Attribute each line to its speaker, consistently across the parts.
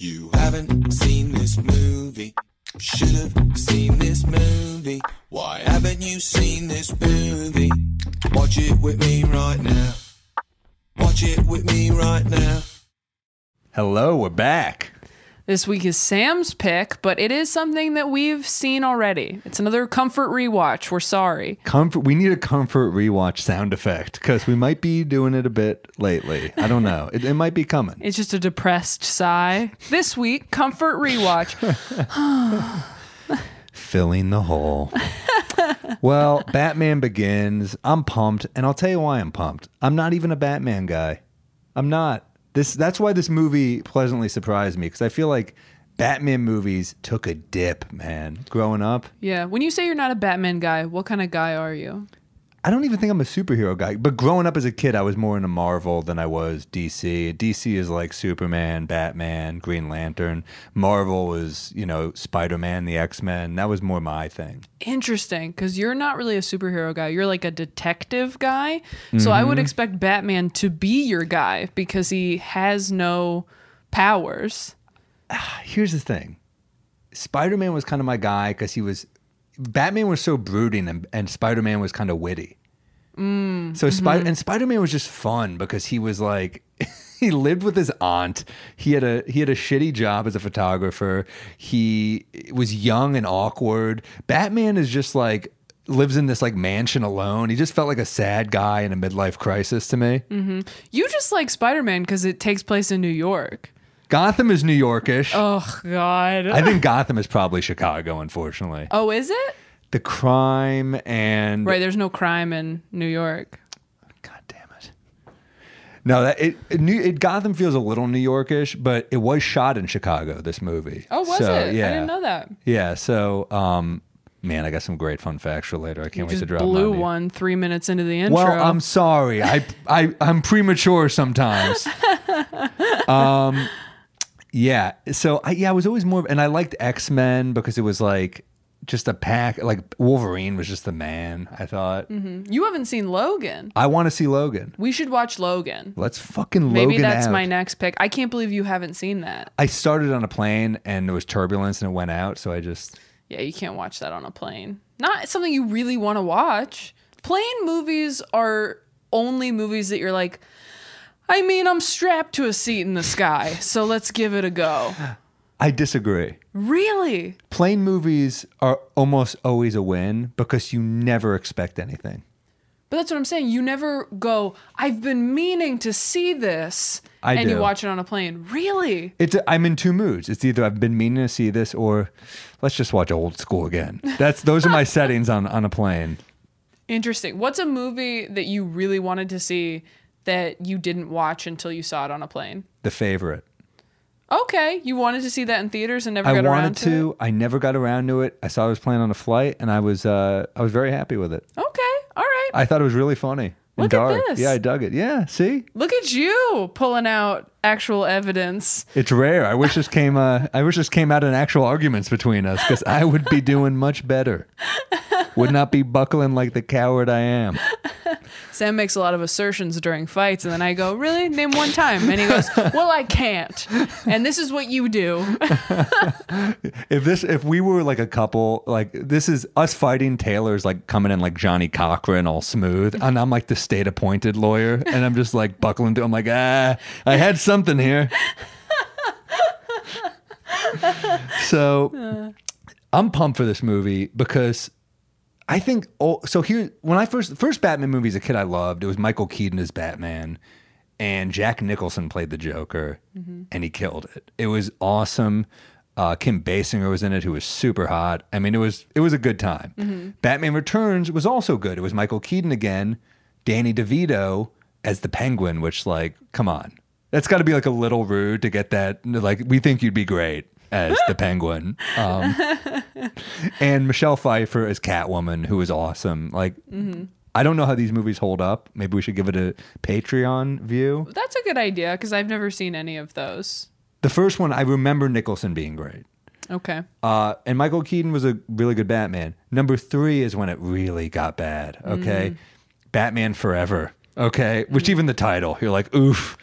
Speaker 1: You haven't seen this movie. Should have seen this movie. Why haven't you seen this movie? Watch it with me right now. Watch it with me right now.
Speaker 2: Hello, we're back.
Speaker 3: This week is Sam's pick, but it is something that we've seen already. It's another comfort rewatch. We're sorry.
Speaker 2: Comfort. We need a comfort rewatch sound effect because we might be doing it a bit lately. I don't know. It, it might be coming.
Speaker 3: It's just a depressed sigh. This week, comfort rewatch.
Speaker 2: Filling the hole. well, Batman Begins. I'm pumped, and I'll tell you why I'm pumped. I'm not even a Batman guy. I'm not. This. That's why this movie pleasantly surprised me because I feel like Batman movies took a dip, man. Growing up,
Speaker 3: yeah. When you say you're not a Batman guy, what kind of guy are you?
Speaker 2: I don't even think I'm a superhero guy. But growing up as a kid, I was more into Marvel than I was DC. DC is like Superman, Batman, Green Lantern. Marvel was, you know, Spider Man, the X Men. That was more my thing.
Speaker 3: Interesting, because you're not really a superhero guy. You're like a detective guy. So I would expect Batman to be your guy because he has no powers.
Speaker 2: Here's the thing Spider Man was kind of my guy because he was. Batman was so brooding and, and Spider Man was kind of witty. So Spider and Spider Man was just fun because he was like he lived with his aunt. He had a he had a shitty job as a photographer. He was young and awkward. Batman is just like lives in this like mansion alone. He just felt like a sad guy in a midlife crisis to me.
Speaker 3: You just like Spider Man because it takes place in New York.
Speaker 2: Gotham is New Yorkish.
Speaker 3: Oh, God.
Speaker 2: I think Gotham is probably Chicago, unfortunately.
Speaker 3: oh, is it?
Speaker 2: The crime and
Speaker 3: Right, there's no crime in New York.
Speaker 2: God damn it. No, that it, it, New, it Gotham feels a little New Yorkish, but it was shot in Chicago. This movie.
Speaker 3: Oh, was
Speaker 2: So,
Speaker 3: it?
Speaker 2: Yeah,
Speaker 3: I didn't know that.
Speaker 2: Yeah. So, um, man, I got some great fun facts for later. I can't wait
Speaker 3: Just
Speaker 2: to drop 'em
Speaker 3: blew
Speaker 2: on you.
Speaker 3: one three minutes into the intro.
Speaker 2: Well, um, I'm sorry. I, I I'm premature sometimes. um, yeah. So I, yeah, I was always more, of- and I liked X Men because it was like just a pack. Like Wolverine was just the man. I thought.
Speaker 3: you haven't seen Logan.
Speaker 2: I want to see Logan.
Speaker 3: We should watch Logan.
Speaker 2: Let's fucking
Speaker 3: Maybe
Speaker 2: Logan
Speaker 3: that's
Speaker 2: out.
Speaker 3: my next pick. I can't believe you haven't seen that.
Speaker 2: I started on a plane and there was turbulence and it went out, so I just
Speaker 3: Yeah, you can't watch that on a plane. Not something you really want to watch. Plane movies are only movies that you're like, I mean, I'm strapped to a seat in the sky, so let's give it a go.
Speaker 2: I disagree.
Speaker 3: Really?
Speaker 2: Plane movies are almost always a win because you never expect anything.
Speaker 3: But that's what I'm saying. You never go, I've been meaning to see this.
Speaker 2: I
Speaker 3: and you
Speaker 2: do.
Speaker 3: watch it on a plane. Really?
Speaker 2: It's I'm in two moods. It's either I've been meaning to see this or let's just watch old school again. That's those are my settings on on a plane.
Speaker 3: Interesting. What's a movie that you really wanted to see that you didn't watch until you saw it on a plane?
Speaker 2: The favorite.
Speaker 3: Okay, you wanted to see that in theaters and never
Speaker 2: I
Speaker 3: got around
Speaker 2: wanted
Speaker 3: to. it?
Speaker 2: to. I never got around to it. I saw I was playing on a flight and I was uh I was very happy with it.
Speaker 3: Okay, all right.
Speaker 2: I thought it was really funny. and
Speaker 3: Look at
Speaker 2: dark.
Speaker 3: this.
Speaker 2: Yeah, I dug it. Yeah, see?
Speaker 3: Look at you pulling out actual evidence.
Speaker 2: It's rare. I wish this came. Uh, I wish this came out in actual arguments between us, because I would be doing much better. Would not be buckling like the coward I am.
Speaker 3: Sam makes a lot of assertions during fights, and then I go, Really? Name one time. And he goes, Well, I can't. And this is what you do.
Speaker 2: If this, if we were like a couple, like this is us fighting. Taylor's like coming in like Johnny Cochran, all smooth, and I'm like the state-appointed lawyer, and I'm just like buckling to. I'm like, ah, I had something here. so, I'm pumped for this movie because I think oh, so. Here, when I first first Batman movie as a kid, I loved it was Michael Keaton as Batman, and Jack Nicholson played the Joker, and he killed it. It was awesome. Uh, Kim Basinger was in it, who was super hot. I mean, it was it was a good time. Batman Returns was also good. It was Michael Keaton again, Danny DeVito as the Penguin, which like, come on, that's got to be like a little rude to get that. Like, we think you'd be great as the Penguin. Um, and Michelle Pfeiffer as Catwoman, who is awesome. Like, I don't know how these movies hold up. Maybe we should give it a Patreon view.
Speaker 3: That's a good idea because I've never seen any of those.
Speaker 2: The first one, I remember Nicholson being great.
Speaker 3: Okay.
Speaker 2: Uh, and Michael Keaton was a really good Batman. Number three is when it really got bad. Okay. Batman Forever. Okay. Which even the title, you're like, oof.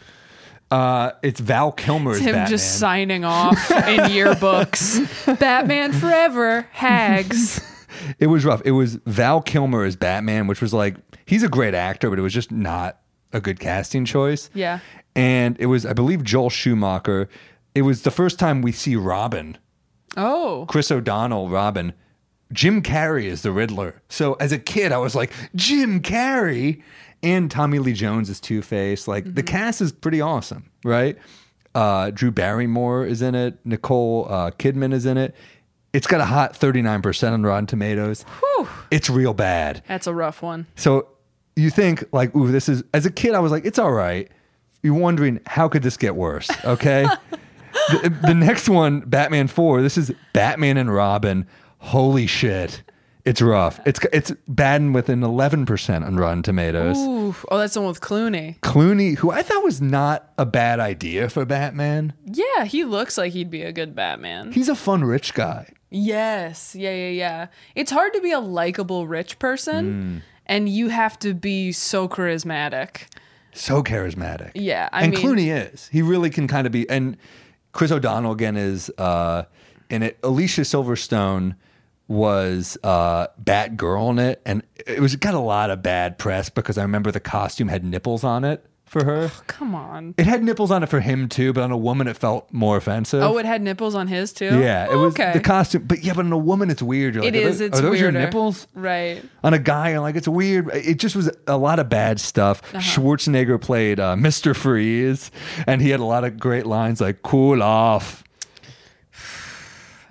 Speaker 2: Uh, it's Val Kilmer's
Speaker 3: Him
Speaker 2: Batman.
Speaker 3: just signing off in yearbooks. Batman Forever, Hags.
Speaker 2: it was rough. It was Val Kilmer as Batman, which was like he's a great actor, but it was just not a good casting choice.
Speaker 3: Yeah.
Speaker 2: And it was, I believe, Joel Schumacher. It was the first time we see Robin,
Speaker 3: Oh.
Speaker 2: Chris O'Donnell, Robin. Jim Carrey is the Riddler. So as a kid, I was like, Jim Carrey, and Tommy Lee Jones is Two Face. Like the cast is pretty awesome, right? Uh, Drew Barrymore is in it. Nicole uh, Kidman is in it. It's got a hot 39% on Rotten Tomatoes. It's real bad.
Speaker 3: That's a rough one.
Speaker 2: So you think like, ooh, this is as a kid, I was like, it's all right. You're wondering how could this get worse? Okay. the, the next one, Batman Four. This is Batman and Robin. Holy shit, it's rough. It's it's batting with an 11 percent on Rotten Tomatoes.
Speaker 3: Ooh. Oh, that's the one with Clooney.
Speaker 2: Clooney, who I thought was not a bad idea for Batman,
Speaker 3: Yeah, he looks like he'd be a good Batman.
Speaker 2: he's a fun rich guy.
Speaker 3: Yes. Yeah, yeah, yeah. It's hard to be a likable rich person and you have to be so charismatic.
Speaker 2: so charismatic.
Speaker 3: Yeah, I
Speaker 2: and
Speaker 3: mean-
Speaker 2: Clooney is. He really can kind of be. And Chris O'Donnell again is uh, in it. Alicia Silverstone was uh, Batgirl in it, and it was got a lot of bad press because I remember the costume had nipples on it for her.
Speaker 3: Come on.
Speaker 2: It had nipples on it for him too, but on a woman it felt more offensive.
Speaker 3: Oh, it had nipples on his too?
Speaker 2: yeah, it
Speaker 3: Oh,
Speaker 2: was
Speaker 3: okay.
Speaker 2: the costume, but yeah, but on a woman it's weird. You're
Speaker 3: It
Speaker 2: like, are
Speaker 3: is.
Speaker 2: those-
Speaker 3: It's
Speaker 2: are those
Speaker 3: weirder.
Speaker 2: your nipples?
Speaker 3: Right.
Speaker 2: on a guy and like it's weird it just was a lot of bad stuff
Speaker 3: Uh-huh.
Speaker 2: schwarzenegger played uh, mr freeze and he had a lot of great lines like cool off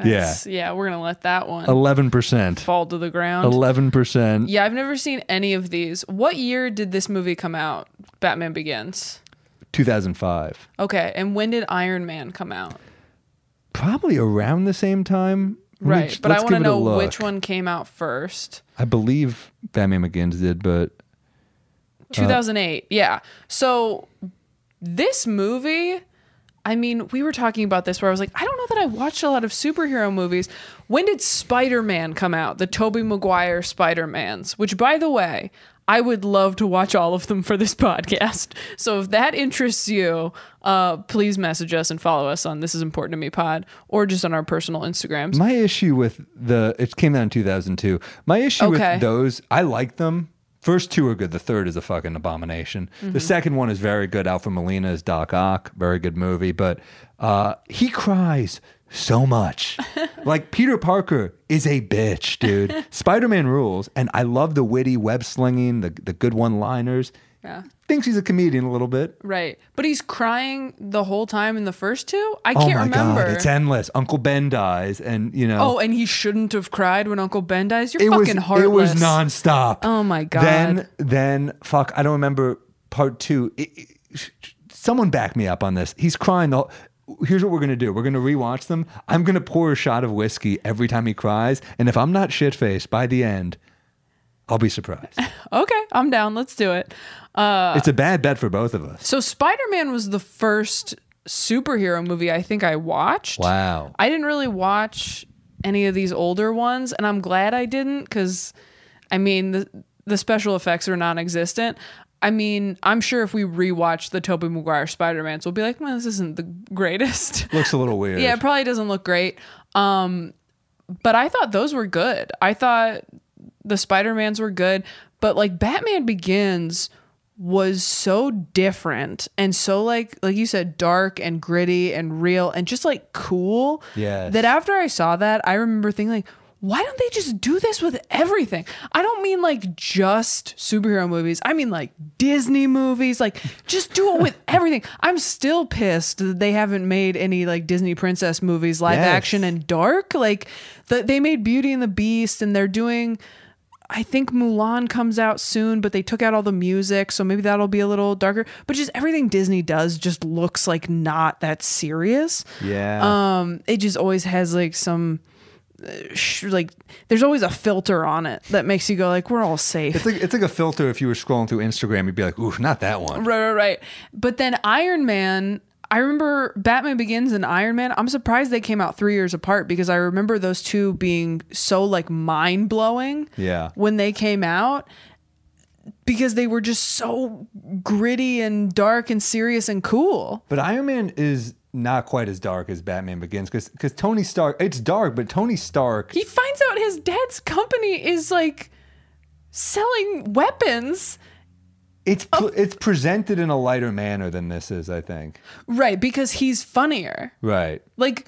Speaker 2: yeah
Speaker 3: That's- Yeah, we're gonna let that one
Speaker 2: 11%
Speaker 3: fall to the ground.
Speaker 2: 11%
Speaker 3: yeah, I've never seen any of these. What year did this movie come out? Batman Begins.
Speaker 2: 2005
Speaker 3: Okay, and when did Iron Man come out?
Speaker 2: probably around the same time Let me
Speaker 3: Right,
Speaker 2: ch-
Speaker 3: but I
Speaker 2: let's
Speaker 3: want to
Speaker 2: give it a
Speaker 3: know
Speaker 2: look.
Speaker 3: which one came out first.
Speaker 2: i believe batman mcgins did but Uh-huh.
Speaker 3: 2008. yeah. So this movie, I mean, we were talking about this where I was like, I don't know that I watched a lot of superhero movies. When did Spider-Man come out? The Tobey Maguire Spider-Mans, which by the way, I would love to watch all of them for this podcast. So if that interests you, uh, please message us and follow us on This Is Important to Me Pod or just on our personal Instagrams.
Speaker 2: my issue with the it came out in 2002 my issue
Speaker 3: Okay.
Speaker 2: with those i like them first two are good the third is a fucking abomination the
Speaker 3: Mm-hmm.
Speaker 2: second one is very good alpha molina is doc ock very good movie but uh, he cries so much like peter parker is a bitch dude spider-man rules and i love the witty web slinging the, the good one liners
Speaker 3: Yeah.
Speaker 2: thinks he's a comedian a little bit
Speaker 3: Right. But he's crying the whole time in the first two? I
Speaker 2: oh
Speaker 3: can't
Speaker 2: my
Speaker 3: remember.
Speaker 2: god it's endless uncle ben dies and you know
Speaker 3: Oh, and he shouldn't have cried when Uncle Ben dies. You're
Speaker 2: it was
Speaker 3: fucking heartless.
Speaker 2: it was nonstop.
Speaker 3: Oh my God.
Speaker 2: Then then fuck, I don't remember part two. It- it- someone back me up on this. He's crying the. whole- Here's what we're gonna do. We're gonna rewatch them. I'm gonna pour a shot of whiskey every time he cries, and if I'm not shit faced by the end, I'll be surprised.
Speaker 3: Uh. Okay, I'm down. Let's do it. Uh,
Speaker 2: it's a bad bet for both of us.
Speaker 3: so Spider Man was the first superhero movie I think I watched.
Speaker 2: Wow.
Speaker 3: I didn't really watch any of these older ones, and I'm glad I didn't because, I mean, the the special effects are non-existent. I mean, I'm sure if we rewatch the Tobey Maguire Spider-Mans, we'll be like, well, this isn't the greatest.
Speaker 2: Looks a little weird.
Speaker 3: Yeah, it probably doesn't look great. Um, but I thought those were good. I thought the Spider Mans were good, but like Batman Begins was so different and so like like you said dark and gritty and real and just like cool
Speaker 2: Yes.
Speaker 3: that after i saw that i remember thinking like why don't they just do this with everything i don't mean like just superhero movies i mean like disney movies like just do it with everything i'm still pissed that they haven't made any like disney princess movies live
Speaker 2: Yes.
Speaker 3: action and dark like the, they made beauty and the beast and they're doing I think Mulan comes out soon, but they took out all the music, so maybe that'll be a little darker. But just everything Disney does just looks like not that serious.
Speaker 2: yeah.
Speaker 3: Um, it just always has like some uh, sh- like there's always a filter on it that makes you go like we're all safe.
Speaker 2: it's like it's like a filter. If you were scrolling through Instagram, you'd be like, "Ooh, not that one."
Speaker 3: Right, right, right. But then Iron Man, I remember Batman Begins and Iron Man. I'm surprised they came out three years apart because I remember those two being so like mind blowing.
Speaker 2: Yeah.
Speaker 3: When they came out, because they were just so gritty and dark and serious and cool.
Speaker 2: But Iron Man is not quite as dark as Batman Begins because because Tony Stark it's dark, but Tony Stark
Speaker 3: He finds out his dad's company is like selling weapons.
Speaker 2: it's pl- it's presented in a lighter manner than this is. I think
Speaker 3: Right, because he's funnier.
Speaker 2: right.
Speaker 3: Like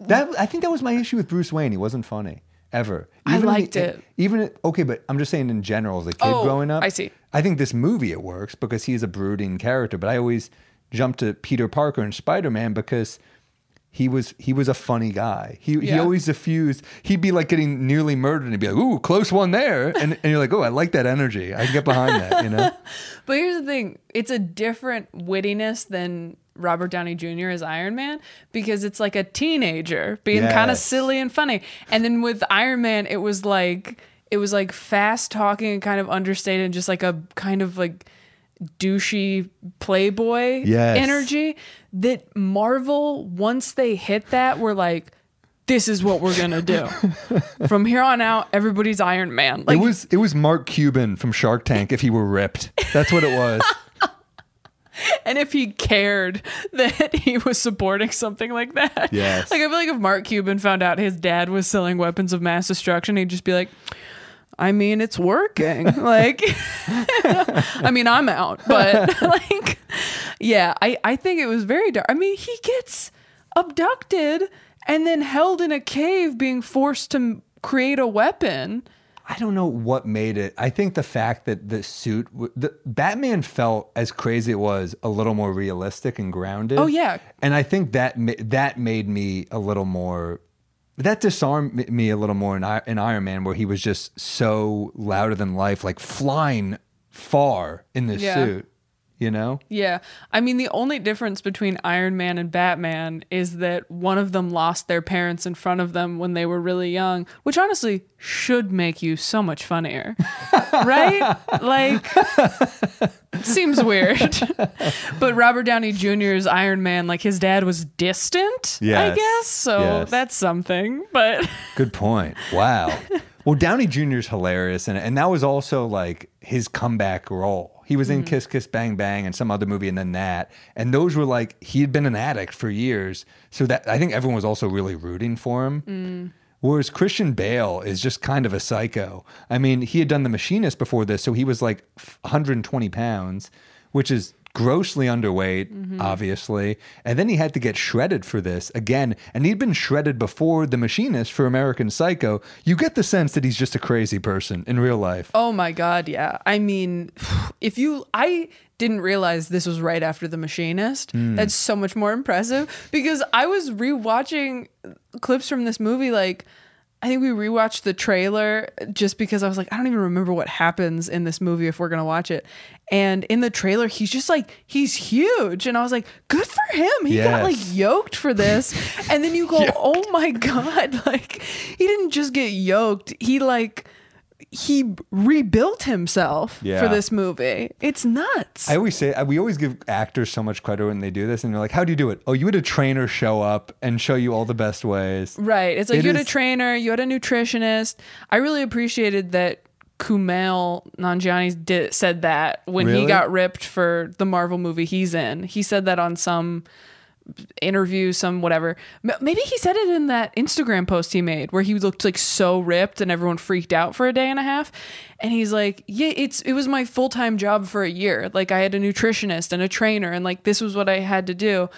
Speaker 2: That I think that was my issue with Bruce Wayne. He wasn't funny ever.
Speaker 3: I
Speaker 2: in the-
Speaker 3: liked it.
Speaker 2: Even okay, but I'm just saying in general as a kid
Speaker 3: Oh,
Speaker 2: growing up.
Speaker 3: I see.
Speaker 2: I think this movie it works because he's a brooding character. But I always jump to Peter Parker and Spider Man because he was he was a funny guy. He he
Speaker 3: Yeah.
Speaker 2: always diffused. He'd be like getting nearly murdered and he'd be like, "Ooh, close one there," and and you're like, "Oh, I like that energy. I can get behind that." You know.
Speaker 3: But here's the thing: it's a different wittiness than Robert Downey Jr. as Iron Man because it's like a teenager being kind of
Speaker 2: Yes.
Speaker 3: silly and funny. And then with Iron Man, it was like it was like fast talking and kind of understated, and just like a kind of like douchey playboy
Speaker 2: Yes.
Speaker 3: energy that Marvel once they hit that were like. This is what we're gonna do. From here on out, everybody's Iron Man. Like
Speaker 2: it was it was Mark Cuban from Shark Tank if he were ripped. That's what it was.
Speaker 3: and if he cared that he was supporting something like that.
Speaker 2: Yes.
Speaker 3: Like I feel like if Mark Cuban found out his dad was selling weapons of mass destruction, he'd just be like, I mean, it's working. like I mean, I'm out, but like yeah, I I think it was very dark. I mean, he gets abducted and then held in a cave being forced to m- create a weapon.
Speaker 2: I don't know what made it. I think the fact that the suit, w- the Batman felt as crazy it was, a little more realistic and grounded.
Speaker 3: Oh, yeah.
Speaker 2: and I think that ma- that made me a little more. That disarmed me a little more in, I- in Iron Man, where he was just so louder than life, like flying far in this
Speaker 3: Yeah.
Speaker 2: suit. You know,
Speaker 3: Yeah. I mean, the only difference between Iron Man and Batman is that one of them lost their parents in front of them when they were really young, which honestly should make you so much funnier. right? Like, seems weird. but Robert Downey Jr.'s Iron Man, like, his dad was distant, I
Speaker 2: Yes.
Speaker 3: guess. So
Speaker 2: Yes.
Speaker 3: that's something. But
Speaker 2: Good point. Wow. well, Downey Jr. is hilarious, and and that was also like his comeback role. He was in Kiss Kiss Bang Bang and some other movie, and then that, and those were like he had been an addict for years, so that I think everyone was also really rooting for him. Whereas Christian Bale is just kind of a psycho. I mean, he had done The Machinist before this, so he was like f- 120 pounds, which is grossly underweight, obviously. And then he had to get shredded for this again. And he'd been shredded before The Machinist for American Psycho. You get the sense that he's just a crazy person in real life.
Speaker 3: Oh my god, yeah. I mean, if you I didn't realize this was right after The Machinist.
Speaker 2: Hmm.
Speaker 3: That's so much more impressive because I was rewatching clips from this movie like I think we rewatched the trailer just because I was like I don't even remember what happens in this movie if we're going to watch it. And in the trailer he's just like he's huge and I was like good for him. He got like
Speaker 2: Yes.
Speaker 3: yoked for this. and then you go, "Oh my god, like he didn't just get yoked. He like he rebuilt himself
Speaker 2: Yeah.
Speaker 3: for this movie. It's nuts.
Speaker 2: I always say we always give actors so much credit when they do this, and they're like, "How do you do it? Oh, you had a trainer show up and show you all the best ways."
Speaker 3: right. It's like
Speaker 2: It
Speaker 3: you had
Speaker 2: is-
Speaker 3: a trainer, you had a nutritionist. I really appreciated that Kumail Nanjiani did, said that when
Speaker 2: Really?
Speaker 3: he got ripped for the Marvel movie he's in. He said that on some interview, some whatever. M- Maybe he said it in that Instagram post he made where he looked like so ripped and everyone freaked out for a day and a half. And he's like, "Yeah, it's it was my full time job for a year. Like I had a nutritionist and a trainer, and like this was what I had to do."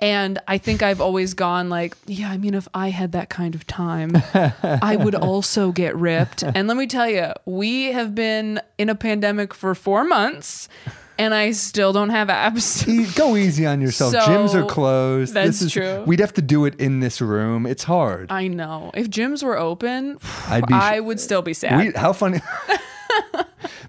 Speaker 3: And I think I've always gone like, yeah, I mean, if I had that kind of time, I would also get ripped. And let me tell you, we have been in a pandemic for four months and I still don't have abs.
Speaker 2: E- go easy on yourself.
Speaker 3: So,
Speaker 2: Gyms are closed.
Speaker 3: that's
Speaker 2: this is,
Speaker 3: true.
Speaker 2: We'd have to do it in this room. It's hard.
Speaker 3: I know. If gyms were open,
Speaker 2: I'd be.
Speaker 3: I would still be sad.
Speaker 2: we, how funny.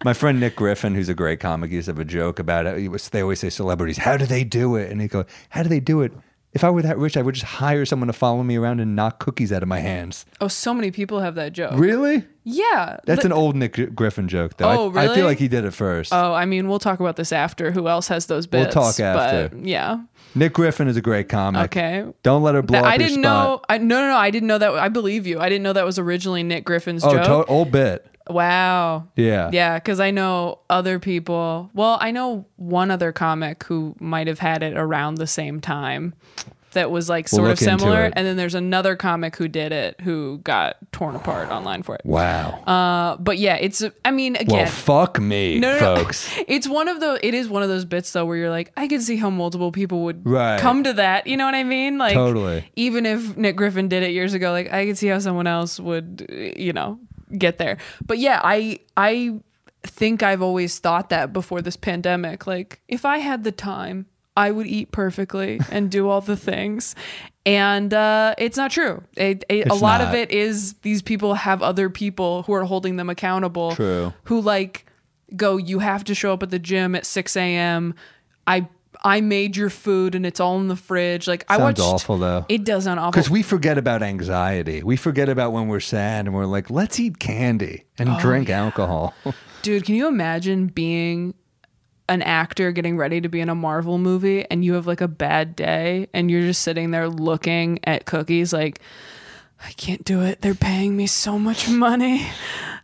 Speaker 2: My friend Nick Griffin, who's a great comic, he used to have a joke about it. He was, they always say celebrities, how do they do it? And he go, how do they do it? If I were that rich, I would just hire someone to follow me around and knock cookies out of my hands.
Speaker 3: oh, so many people have that joke.
Speaker 2: Really?
Speaker 3: Yeah.
Speaker 2: That's
Speaker 3: Th-
Speaker 2: an old Nick Gr- Griffin joke, though.
Speaker 3: Oh,
Speaker 2: I, I
Speaker 3: really?
Speaker 2: feel like he did it first.
Speaker 3: Oh, I mean, we'll talk about this after. Who else has those
Speaker 2: We'll
Speaker 3: bits?
Speaker 2: talk after.
Speaker 3: But yeah.
Speaker 2: Nick Griffin is a great comic.
Speaker 3: Okay.
Speaker 2: Don't let her blow
Speaker 3: That-
Speaker 2: up
Speaker 3: I
Speaker 2: your
Speaker 3: didn't
Speaker 2: spot.
Speaker 3: know. I, no, no, no. I didn't know that. I believe you. I didn't know that was originally Nick Griffin's
Speaker 2: Oh,
Speaker 3: joke.
Speaker 2: to- old bit.
Speaker 3: Wow.
Speaker 2: Yeah.
Speaker 3: Yeah, because I know other people. Well, I know one other comic who might have had it around the same time that was like
Speaker 2: We'll
Speaker 3: sort of
Speaker 2: look into
Speaker 3: similar.
Speaker 2: it.
Speaker 3: And then there's another comic who did it who got torn apart online for it.
Speaker 2: Wow.
Speaker 3: Uh, but yeah, it's, I mean,
Speaker 2: well,
Speaker 3: again,
Speaker 2: fuck me,
Speaker 3: no, no, no.
Speaker 2: folks.
Speaker 3: it's one of the, it is one of those bits though where you're like, I can see how multiple people would
Speaker 2: Right.
Speaker 3: come to that. You know what I mean? Like,
Speaker 2: Totally.
Speaker 3: even if Nick Griffin did it years ago, like I could see how someone else would, uh, you know, get there. But yeah, I I think I've always thought that before this pandemic. Like if I had the time, I would eat perfectly and do all the things. And uh, it's not true. It, it, a
Speaker 2: It's
Speaker 3: lot of
Speaker 2: not.
Speaker 3: it is these people have other people who are holding them accountable.
Speaker 2: True.
Speaker 3: Who like go? You have to show up at the gym at six a.m. I I made your food and it's all in the fridge. Like I
Speaker 2: Sounds
Speaker 3: watched
Speaker 2: awful, though.
Speaker 3: It does sound awful.
Speaker 2: Because we forget about anxiety. We forget about when we're sad and we're like, let's eat candy and
Speaker 3: Oh,
Speaker 2: drink alcohol.
Speaker 3: Dude, can you imagine being an actor getting ready to be in a Marvel movie and you have like a bad day and you're just sitting there looking at cookies like I can't do it. They're paying me so much money.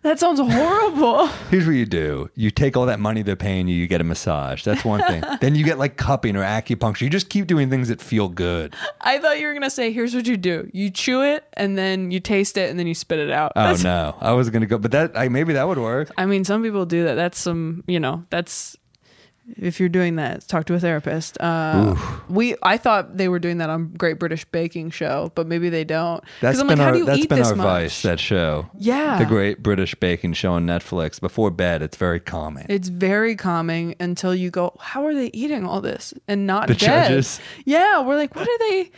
Speaker 3: That sounds horrible.
Speaker 2: Here's what you do you take all that money they're paying you, you get a massage. That's one thing. then you get like cupping or acupuncture. You just keep doing things that feel good.
Speaker 3: I thought you were going to say, here's what you do you chew it and then you taste it and then you spit it out.
Speaker 2: Oh,
Speaker 3: That's-
Speaker 2: no. I was going to go, but that I, maybe that would work.
Speaker 3: I mean, some people do that. That's some, you know, that's if you're doing that, talk to a therapist. Uh, we, I thought they were doing that on Great British Baking Show, but maybe they don't. 'Cause
Speaker 2: That's
Speaker 3: I'm
Speaker 2: been
Speaker 3: like, how
Speaker 2: our,
Speaker 3: do you
Speaker 2: that's
Speaker 3: eat
Speaker 2: been
Speaker 3: this
Speaker 2: our
Speaker 3: much?
Speaker 2: vice, that show.
Speaker 3: Yeah.
Speaker 2: The Great British Baking Show on Netflix. Before bed, it's very calming.
Speaker 3: It's very calming until you go, how are they eating all this and not
Speaker 2: The
Speaker 3: dead?
Speaker 2: judges.
Speaker 3: Yeah, we're like, what are they?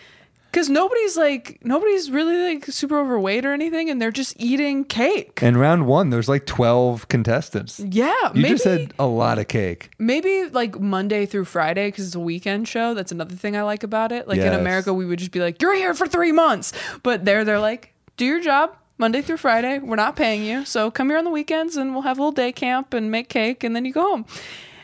Speaker 3: Because nobody's like, nobody's really like super overweight or anything, and they're just eating cake.
Speaker 2: and round one, there's like 12 contestants. You
Speaker 3: yeah, maybe
Speaker 2: just had a lot of cake.
Speaker 3: maybe like Monday through Friday because it's a weekend show. That's another thing I like about it. Like in
Speaker 2: Yes.
Speaker 3: America, we would just be like, "You're here for three months," but there they're like, "Do your job." Monday through Friday, we're not paying you, so come here on the weekends, and we'll have a little day camp and make cake, and then you go home.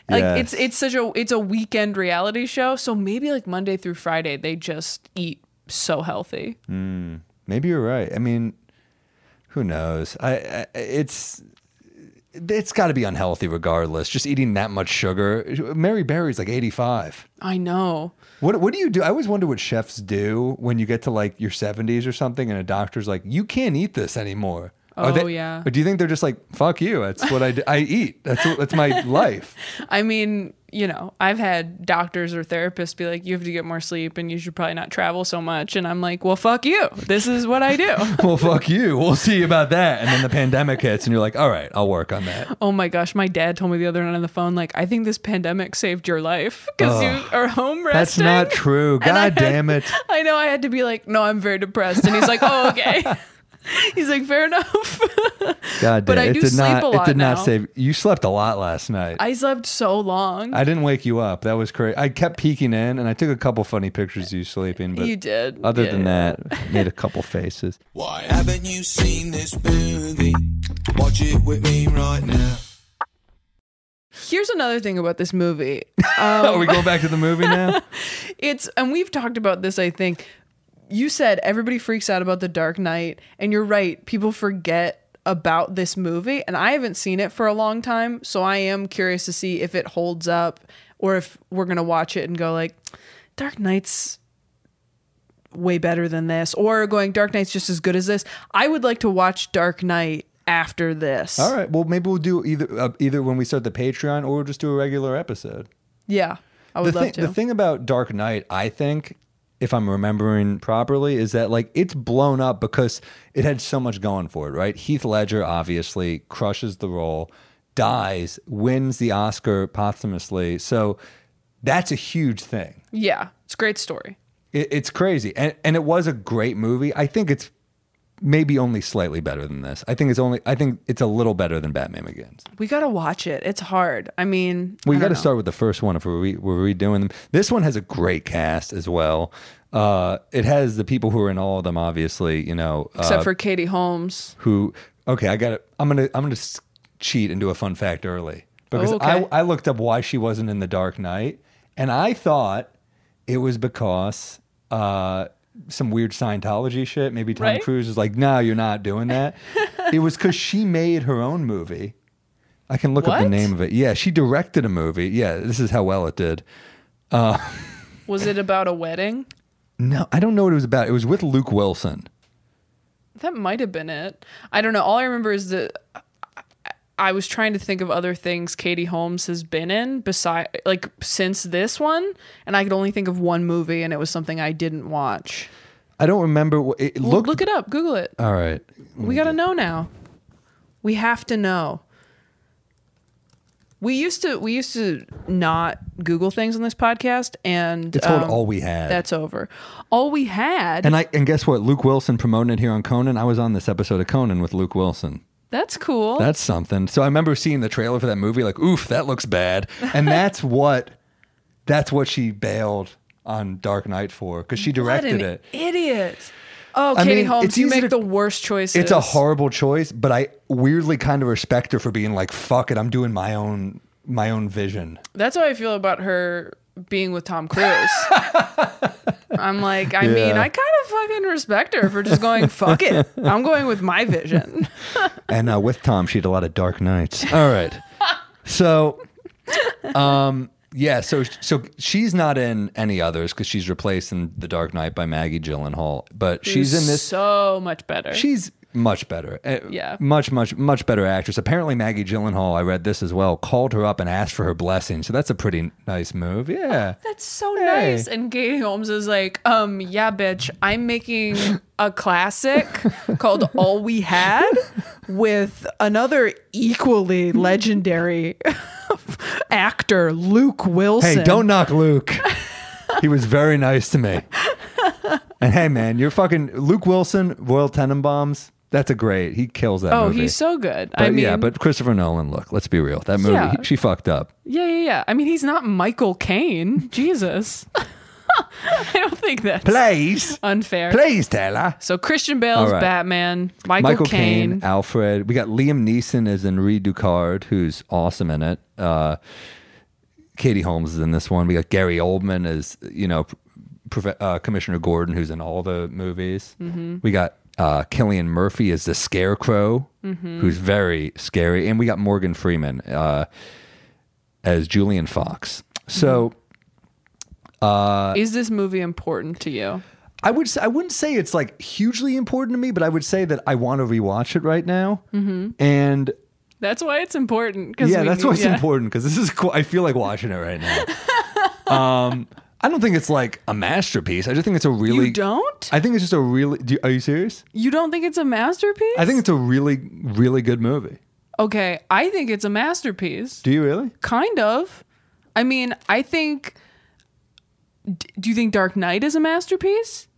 Speaker 3: Like
Speaker 2: Yes.
Speaker 3: it's it's such a it's a weekend reality show, so maybe like Monday through Friday they just eat so healthy.
Speaker 2: Mm. Maybe you're right. I mean, who knows? I, I it's it's got to be unhealthy regardless. Just eating that much sugar. Mary Berry's like 85.
Speaker 3: I know.
Speaker 2: What what do you do? I always wonder what chefs do when you get to like your 70s or something, and a doctor's like, you can't eat this anymore. Are
Speaker 3: Oh,
Speaker 2: they-
Speaker 3: yeah.
Speaker 2: Or do you think they're just like, fuck you? That's what I do. I eat. That's what, that's my life.
Speaker 3: I mean, you know, I've had doctors or therapists be like, you have to get more sleep and you should probably not travel so much. And I'm like, well, fuck you. This is what I do.
Speaker 2: Well, fuck you. We'll see about that. And then the pandemic hits, and you're like, all right, I'll work on that.
Speaker 3: oh my gosh. My dad told me the other night on the phone, like, I think this pandemic saved your life because you are home
Speaker 2: That's
Speaker 3: resting.
Speaker 2: not true.
Speaker 3: And I
Speaker 2: God damn it.
Speaker 3: I know I had to be like, no, I'm very depressed. And he's like, oh, okay. he's like, fair enough.
Speaker 2: God damn
Speaker 3: But I
Speaker 2: it
Speaker 3: do
Speaker 2: did
Speaker 3: sleep
Speaker 2: not.
Speaker 3: a
Speaker 2: it
Speaker 3: lot
Speaker 2: did
Speaker 3: now.
Speaker 2: not save. You slept a lot last night. I,
Speaker 3: I slept so long.
Speaker 2: didn't wake you up. That was crazy. I kept peeking in, and I took a couple funny pictures of you sleeping. But
Speaker 3: you did.
Speaker 2: other
Speaker 3: Yeah.
Speaker 2: than that, made a couple faces.
Speaker 1: Why haven't you seen this movie? Watch it with me right now.
Speaker 3: Here's another thing about this movie. Um,
Speaker 2: Are we going back to the movie now?
Speaker 3: it's and we've talked about this i think you said everybody freaks out about the dark knight and you're right people forget about this movie and i haven't seen it for a long time so i am curious to see if it holds up or if we're going to watch it and go like dark knight's way better than this or going dark knight's just as good as this i would like to watch dark knight after this
Speaker 2: All right. Well, maybe we'll do either uh, either when we start the Patreon, or we'll just do a regular episode.
Speaker 3: yeah i would
Speaker 2: the
Speaker 3: love
Speaker 2: thing,
Speaker 3: to
Speaker 2: The thing about Dark Knight, I think, if I'm remembering properly, is that like it's blown up because it had so much going for it, right? Heath Ledger obviously crushes the role, dies, wins the Oscar posthumously. So that's a huge thing.
Speaker 3: yeah it's a great story
Speaker 2: It, it's crazy. And, and it was a great movie. I think it's maybe only slightly better than this. I think it's only, I think it's a little better than Batman Begins.
Speaker 3: we gotta watch it it's hard i mean
Speaker 2: Well,
Speaker 3: I
Speaker 2: you got
Speaker 3: don't
Speaker 2: to
Speaker 3: know.
Speaker 2: start with the first one if we're, re- we're redoing them. This one has a great cast as well. Uh, it has the people who are in all of them, obviously. You know, uh,
Speaker 3: except for Katie Holmes.
Speaker 2: who? Okay, I got to I'm gonna I'm gonna s- cheat and do a fun fact early because
Speaker 3: Oh, okay.
Speaker 2: I I looked up why she wasn't in The Dark Knight, and I thought it was because uh, some weird Scientology shit. Maybe Tom
Speaker 3: Right?
Speaker 2: Cruise is like, "No, you're not doing that." it was because she made her own movie. I can look up the
Speaker 3: What?
Speaker 2: name of it. Yeah, she directed a movie. Yeah, this is how well it did.
Speaker 3: Was it about a wedding?
Speaker 2: No, I don't know what it was about. It was with Luke Wilson.
Speaker 3: That might have been it. I don't know. All I remember is that I was trying to think of other things Katie Holmes has been in beside like since this one, and I could only think of one movie, and it was something I didn't watch.
Speaker 2: I don't remember. What, it looked.
Speaker 3: Look it up. Google it.
Speaker 2: all right.
Speaker 3: We gotta know now. We have to know. We used to we used to not Google things on this podcast, and
Speaker 2: It's called
Speaker 3: um,
Speaker 2: All We Had.
Speaker 3: That's over. All we had.
Speaker 2: and I and guess what? Luke Wilson promoted it here on Conan. I was on this episode of Conan with Luke Wilson.
Speaker 3: that's cool.
Speaker 2: That's something. So I remember seeing the trailer for that movie, like, oof, that looks bad. And that's what that's what she bailed on Dark Knight for because she
Speaker 3: what
Speaker 2: directed
Speaker 3: an
Speaker 2: it.
Speaker 3: idiot. Oh,
Speaker 2: I
Speaker 3: Katie
Speaker 2: mean,
Speaker 3: Holmes,
Speaker 2: it's
Speaker 3: you
Speaker 2: easy
Speaker 3: make
Speaker 2: to-
Speaker 3: the worst choices.
Speaker 2: It's a horrible choice, but I weirdly kind of respect her for being like, fuck it, I'm doing my own my own vision.
Speaker 3: That's how I feel about her being with Tom Cruise. I'm like, I mean,
Speaker 2: Yeah.
Speaker 3: I kind of fucking respect her for just going, fuck it. I'm going with my vision.
Speaker 2: and uh, with Tom, she had a lot of dark nights. All right. So, um, yeah. So, so she's not in any others because she's replaced in The Dark Knight by Maggie Gyllenhaal, but she's in this.
Speaker 3: so much better.
Speaker 2: She's much better. Uh,
Speaker 3: Yeah.
Speaker 2: Much, much, much better actress. Apparently, Maggie Gyllenhaal. I read this as well. Called her up and asked for her blessing. So that's a pretty nice move. Yeah.
Speaker 3: That's so
Speaker 2: Hey.
Speaker 3: nice. And Katie Holmes is like, um, yeah, bitch, I'm making a classic called All We Had with another equally legendary actor, Luke Wilson.
Speaker 2: Hey, don't knock Luke. he was very nice to me. And hey, man, you're fucking Luke Wilson, Royal Tenenbaums. That's a great. He kills that
Speaker 3: Oh,
Speaker 2: movie.
Speaker 3: he's so good.
Speaker 2: But
Speaker 3: I mean,
Speaker 2: yeah, but Christopher Nolan. Look, let's be real. That movie,
Speaker 3: Yeah.
Speaker 2: he- she fucked up.
Speaker 3: yeah, yeah, yeah. I mean, he's not Michael Caine. Jesus. I don't think that's
Speaker 2: Please,
Speaker 3: unfair.
Speaker 2: please tell her.
Speaker 3: So Christian Bale's
Speaker 2: All right.
Speaker 3: Batman, Michael,
Speaker 2: Michael
Speaker 3: Caine.
Speaker 2: Caine, Alfred. We got Liam Neeson as Henri Ducard, who's awesome in it. Uh, Katie Holmes is in this one. We got Gary Oldman as you know Prof- uh, Commissioner Gordon, who's in all the movies. We got uh, Killian Murphy as the Scarecrow, who's very scary, and we got Morgan Freeman uh, as Julian Fox. So. uh,
Speaker 3: Is this movie important to you?
Speaker 2: I would say, I wouldn't say it's like hugely important to me, but I would say that I want to rewatch it right now, mm-hmm. and
Speaker 3: That's why it's important. 'cause
Speaker 2: yeah,
Speaker 3: we
Speaker 2: that's
Speaker 3: need-
Speaker 2: what's
Speaker 3: yeah.
Speaker 2: important because this is. Cool. I feel like watching it right now. um, I don't think it's like a masterpiece. I just think it's a really.
Speaker 3: You don't?
Speaker 2: I think it's just a really. Do, are you serious?
Speaker 3: You don't think it's a masterpiece?
Speaker 2: I think it's a really, really good movie.
Speaker 3: Okay, I think it's a masterpiece.
Speaker 2: Do you really?
Speaker 3: Kind of. I mean, I think. D- do you think Dark Knight is a masterpiece?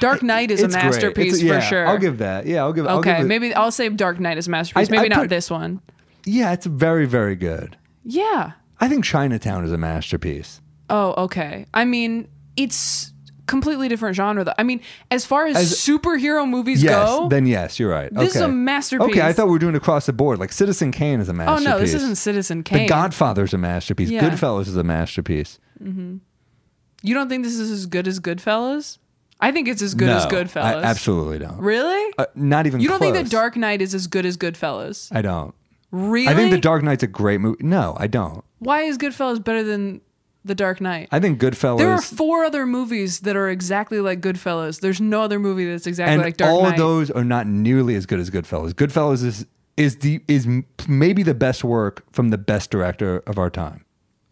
Speaker 3: Dark Knight is
Speaker 2: It's great.
Speaker 3: a
Speaker 2: It's-
Speaker 3: masterpiece
Speaker 2: yeah,
Speaker 3: for sure.
Speaker 2: I'll give that. Yeah, I'll give. I'll
Speaker 3: okay,
Speaker 2: give it-
Speaker 3: maybe I'll say Dark Knight is a masterpiece.
Speaker 2: I-
Speaker 3: maybe
Speaker 2: I
Speaker 3: not
Speaker 2: put-
Speaker 3: this one.
Speaker 2: Yeah, it's very, very good.
Speaker 3: Yeah.
Speaker 2: I think Chinatown is a masterpiece.
Speaker 3: Oh, okay. I mean, it's completely different genre though. I mean, as far as,
Speaker 2: As-
Speaker 3: superhero movies
Speaker 2: Yes,
Speaker 3: go,
Speaker 2: then yes, you're right.
Speaker 3: This is
Speaker 2: okay.
Speaker 3: a masterpiece.
Speaker 2: Okay, I thought we were doing across the board. Like Citizen Kane is a
Speaker 3: oh
Speaker 2: masterpiece.
Speaker 3: no, this isn't Citizen Kane.
Speaker 2: The Godfather's a masterpiece.
Speaker 3: Yeah.
Speaker 2: Goodfellas is a masterpiece.
Speaker 3: You don't think this is as good as Goodfellas? I think it's as good
Speaker 2: no,
Speaker 3: as
Speaker 2: I
Speaker 3: Goodfellas.
Speaker 2: absolutely don't.
Speaker 3: Really?
Speaker 2: Uh, not even.
Speaker 3: you don't think
Speaker 2: close.
Speaker 3: The Dark Knight is as good as Goodfellas?
Speaker 2: I don't.
Speaker 3: Really?
Speaker 2: I think The Dark Knight's a great movie. No, I don't.
Speaker 3: Why is Goodfellas better than The Dark Knight?
Speaker 2: I think Goodfellas.
Speaker 3: there are four other movies that are exactly like Goodfellas. There's no other movie that's exactly
Speaker 2: and
Speaker 3: like Dark
Speaker 2: all
Speaker 3: Knight.
Speaker 2: those are not nearly as good as Goodfellas. Goodfellas is is the is m- maybe the best work from the best director of our time.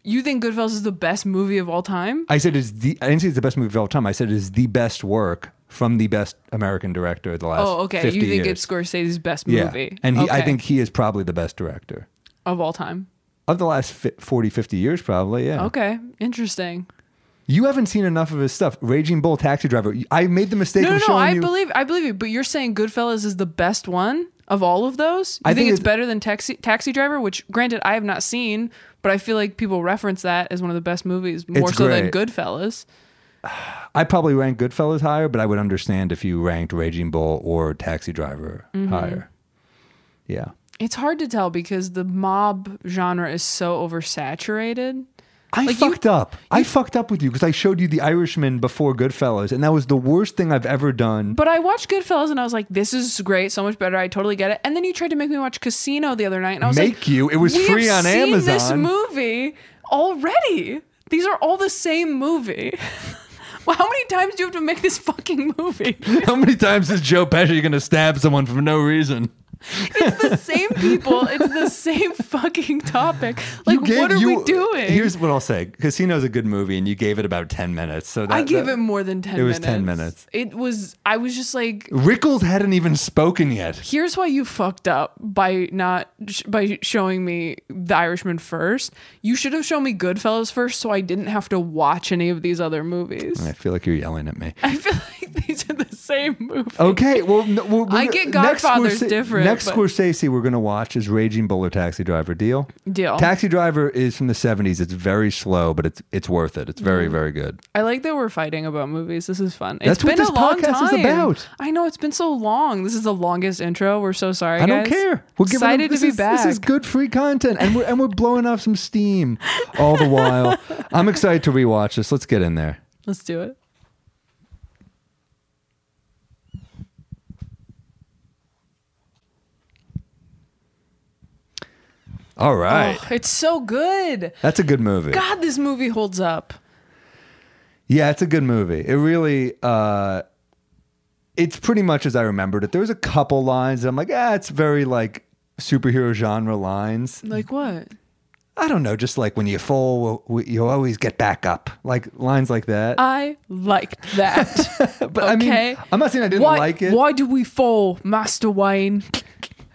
Speaker 3: you think Goodfellas is the best movie of all time?
Speaker 2: I said it's the. I didn't say it's the best movie of all time. I said it is the best work from the best American director of the last.
Speaker 3: Oh, okay.
Speaker 2: 50
Speaker 3: You think
Speaker 2: years.
Speaker 3: it's Scorsese's best
Speaker 2: yeah,
Speaker 3: movie?
Speaker 2: and he, I
Speaker 3: Okay.
Speaker 2: think he is probably the best director
Speaker 3: of all time.
Speaker 2: of the last fi- 40, 50 years, probably. Yeah.
Speaker 3: Okay, interesting.
Speaker 2: You haven't seen enough of his stuff. Raging Bull, Taxi Driver. I made the mistake
Speaker 3: No,
Speaker 2: of
Speaker 3: no, no.
Speaker 2: showing
Speaker 3: I
Speaker 2: you.
Speaker 3: believe, I believe you. But you're saying Goodfellas is the best one of all of those. You
Speaker 2: I
Speaker 3: think,
Speaker 2: think
Speaker 3: it's
Speaker 2: it-
Speaker 3: better than Taxi Taxi Driver, which, granted, I have not seen, but I feel like people reference that as one of the best movies, more
Speaker 2: It's
Speaker 3: so than
Speaker 2: great.
Speaker 3: Goodfellas.
Speaker 2: I probably rank Goodfellas higher, but I would understand if you ranked Raging Bull or Taxi Driver
Speaker 3: Mm-hmm.
Speaker 2: higher. Yeah.
Speaker 3: It's hard to tell because the mob genre is so oversaturated
Speaker 2: I
Speaker 3: Like, you-
Speaker 2: fucked up. I fucked up with you because I showed you The Irishman before Goodfellas, and that was the worst thing I've ever done.
Speaker 3: But I watched Goodfellas and I was like, this is great, so much better. I totally get it. And then you tried to make me watch Casino the other night, and I was
Speaker 2: Make
Speaker 3: like,
Speaker 2: you? It was
Speaker 3: we
Speaker 2: free
Speaker 3: have
Speaker 2: on
Speaker 3: seen This
Speaker 2: Amazon."
Speaker 3: movie already. These are all the same movie. well, how many times do you have to make this fucking movie?
Speaker 2: How many times is Joe Pesci going to stab someone for no reason?
Speaker 3: It's the same people. It's the same fucking topic. Like,
Speaker 2: gave-
Speaker 3: what are
Speaker 2: you-
Speaker 3: we doing?
Speaker 2: Here's what I'll say: Casino's a good movie, and you gave it about ten minutes. So that,
Speaker 3: I gave
Speaker 2: that-
Speaker 3: it more than ten.
Speaker 2: It was
Speaker 3: minutes.
Speaker 2: 10 minutes.
Speaker 3: It was. I was just like,
Speaker 2: Rickles hadn't even spoken yet.
Speaker 3: here's why you fucked up by not sh- by showing me The Irishman first. You should have shown me Goodfellas first, so I didn't have to watch any of these other movies.
Speaker 2: I feel like you're yelling at me.
Speaker 3: I feel like these are the same movie.
Speaker 2: Okay, well, no, we're, we're,
Speaker 3: I get
Speaker 2: next
Speaker 3: Godfather's
Speaker 2: Scorsese-
Speaker 3: different,
Speaker 2: Next
Speaker 3: but-
Speaker 2: Scorsese we're gonna watch is Raging Bull or Taxi Driver. Deal.
Speaker 3: Deal.
Speaker 2: Taxi Driver is from the '70s. It's very slow, but it's it's worth it. It's
Speaker 3: Mm-hmm.
Speaker 2: very very good.
Speaker 3: I like that we're fighting about movies. This is fun.
Speaker 2: That's
Speaker 3: it's been
Speaker 2: what this
Speaker 3: a long
Speaker 2: podcast is
Speaker 3: time.
Speaker 2: about.
Speaker 3: I know it's been so long. This is the longest intro. We're so sorry.
Speaker 2: I don't
Speaker 3: guys.
Speaker 2: care. We're giving them-
Speaker 3: excited
Speaker 2: this
Speaker 3: to be
Speaker 2: is,
Speaker 3: back.
Speaker 2: This is good free content, and we're and we're blowing off some steam all the while. I'm excited to rewatch this. Let's get in there.
Speaker 3: Let's do it.
Speaker 2: All right,
Speaker 3: Oh, it's so good.
Speaker 2: that's a good movie.
Speaker 3: God, this movie holds up.
Speaker 2: Yeah, it's a good movie. It really, uh, it's pretty much as I remembered it. There was a couple lines that I'm like, ah, it's very like superhero genre lines.
Speaker 3: Like what?
Speaker 2: I don't know, just like when you fall, w- w- you always get back up, like lines like that.
Speaker 3: I liked that.
Speaker 2: but I
Speaker 3: Uh, okay.
Speaker 2: mean, I'm not saying I didn't
Speaker 3: why,
Speaker 2: like it.
Speaker 3: Why do we fall, Master Wayne?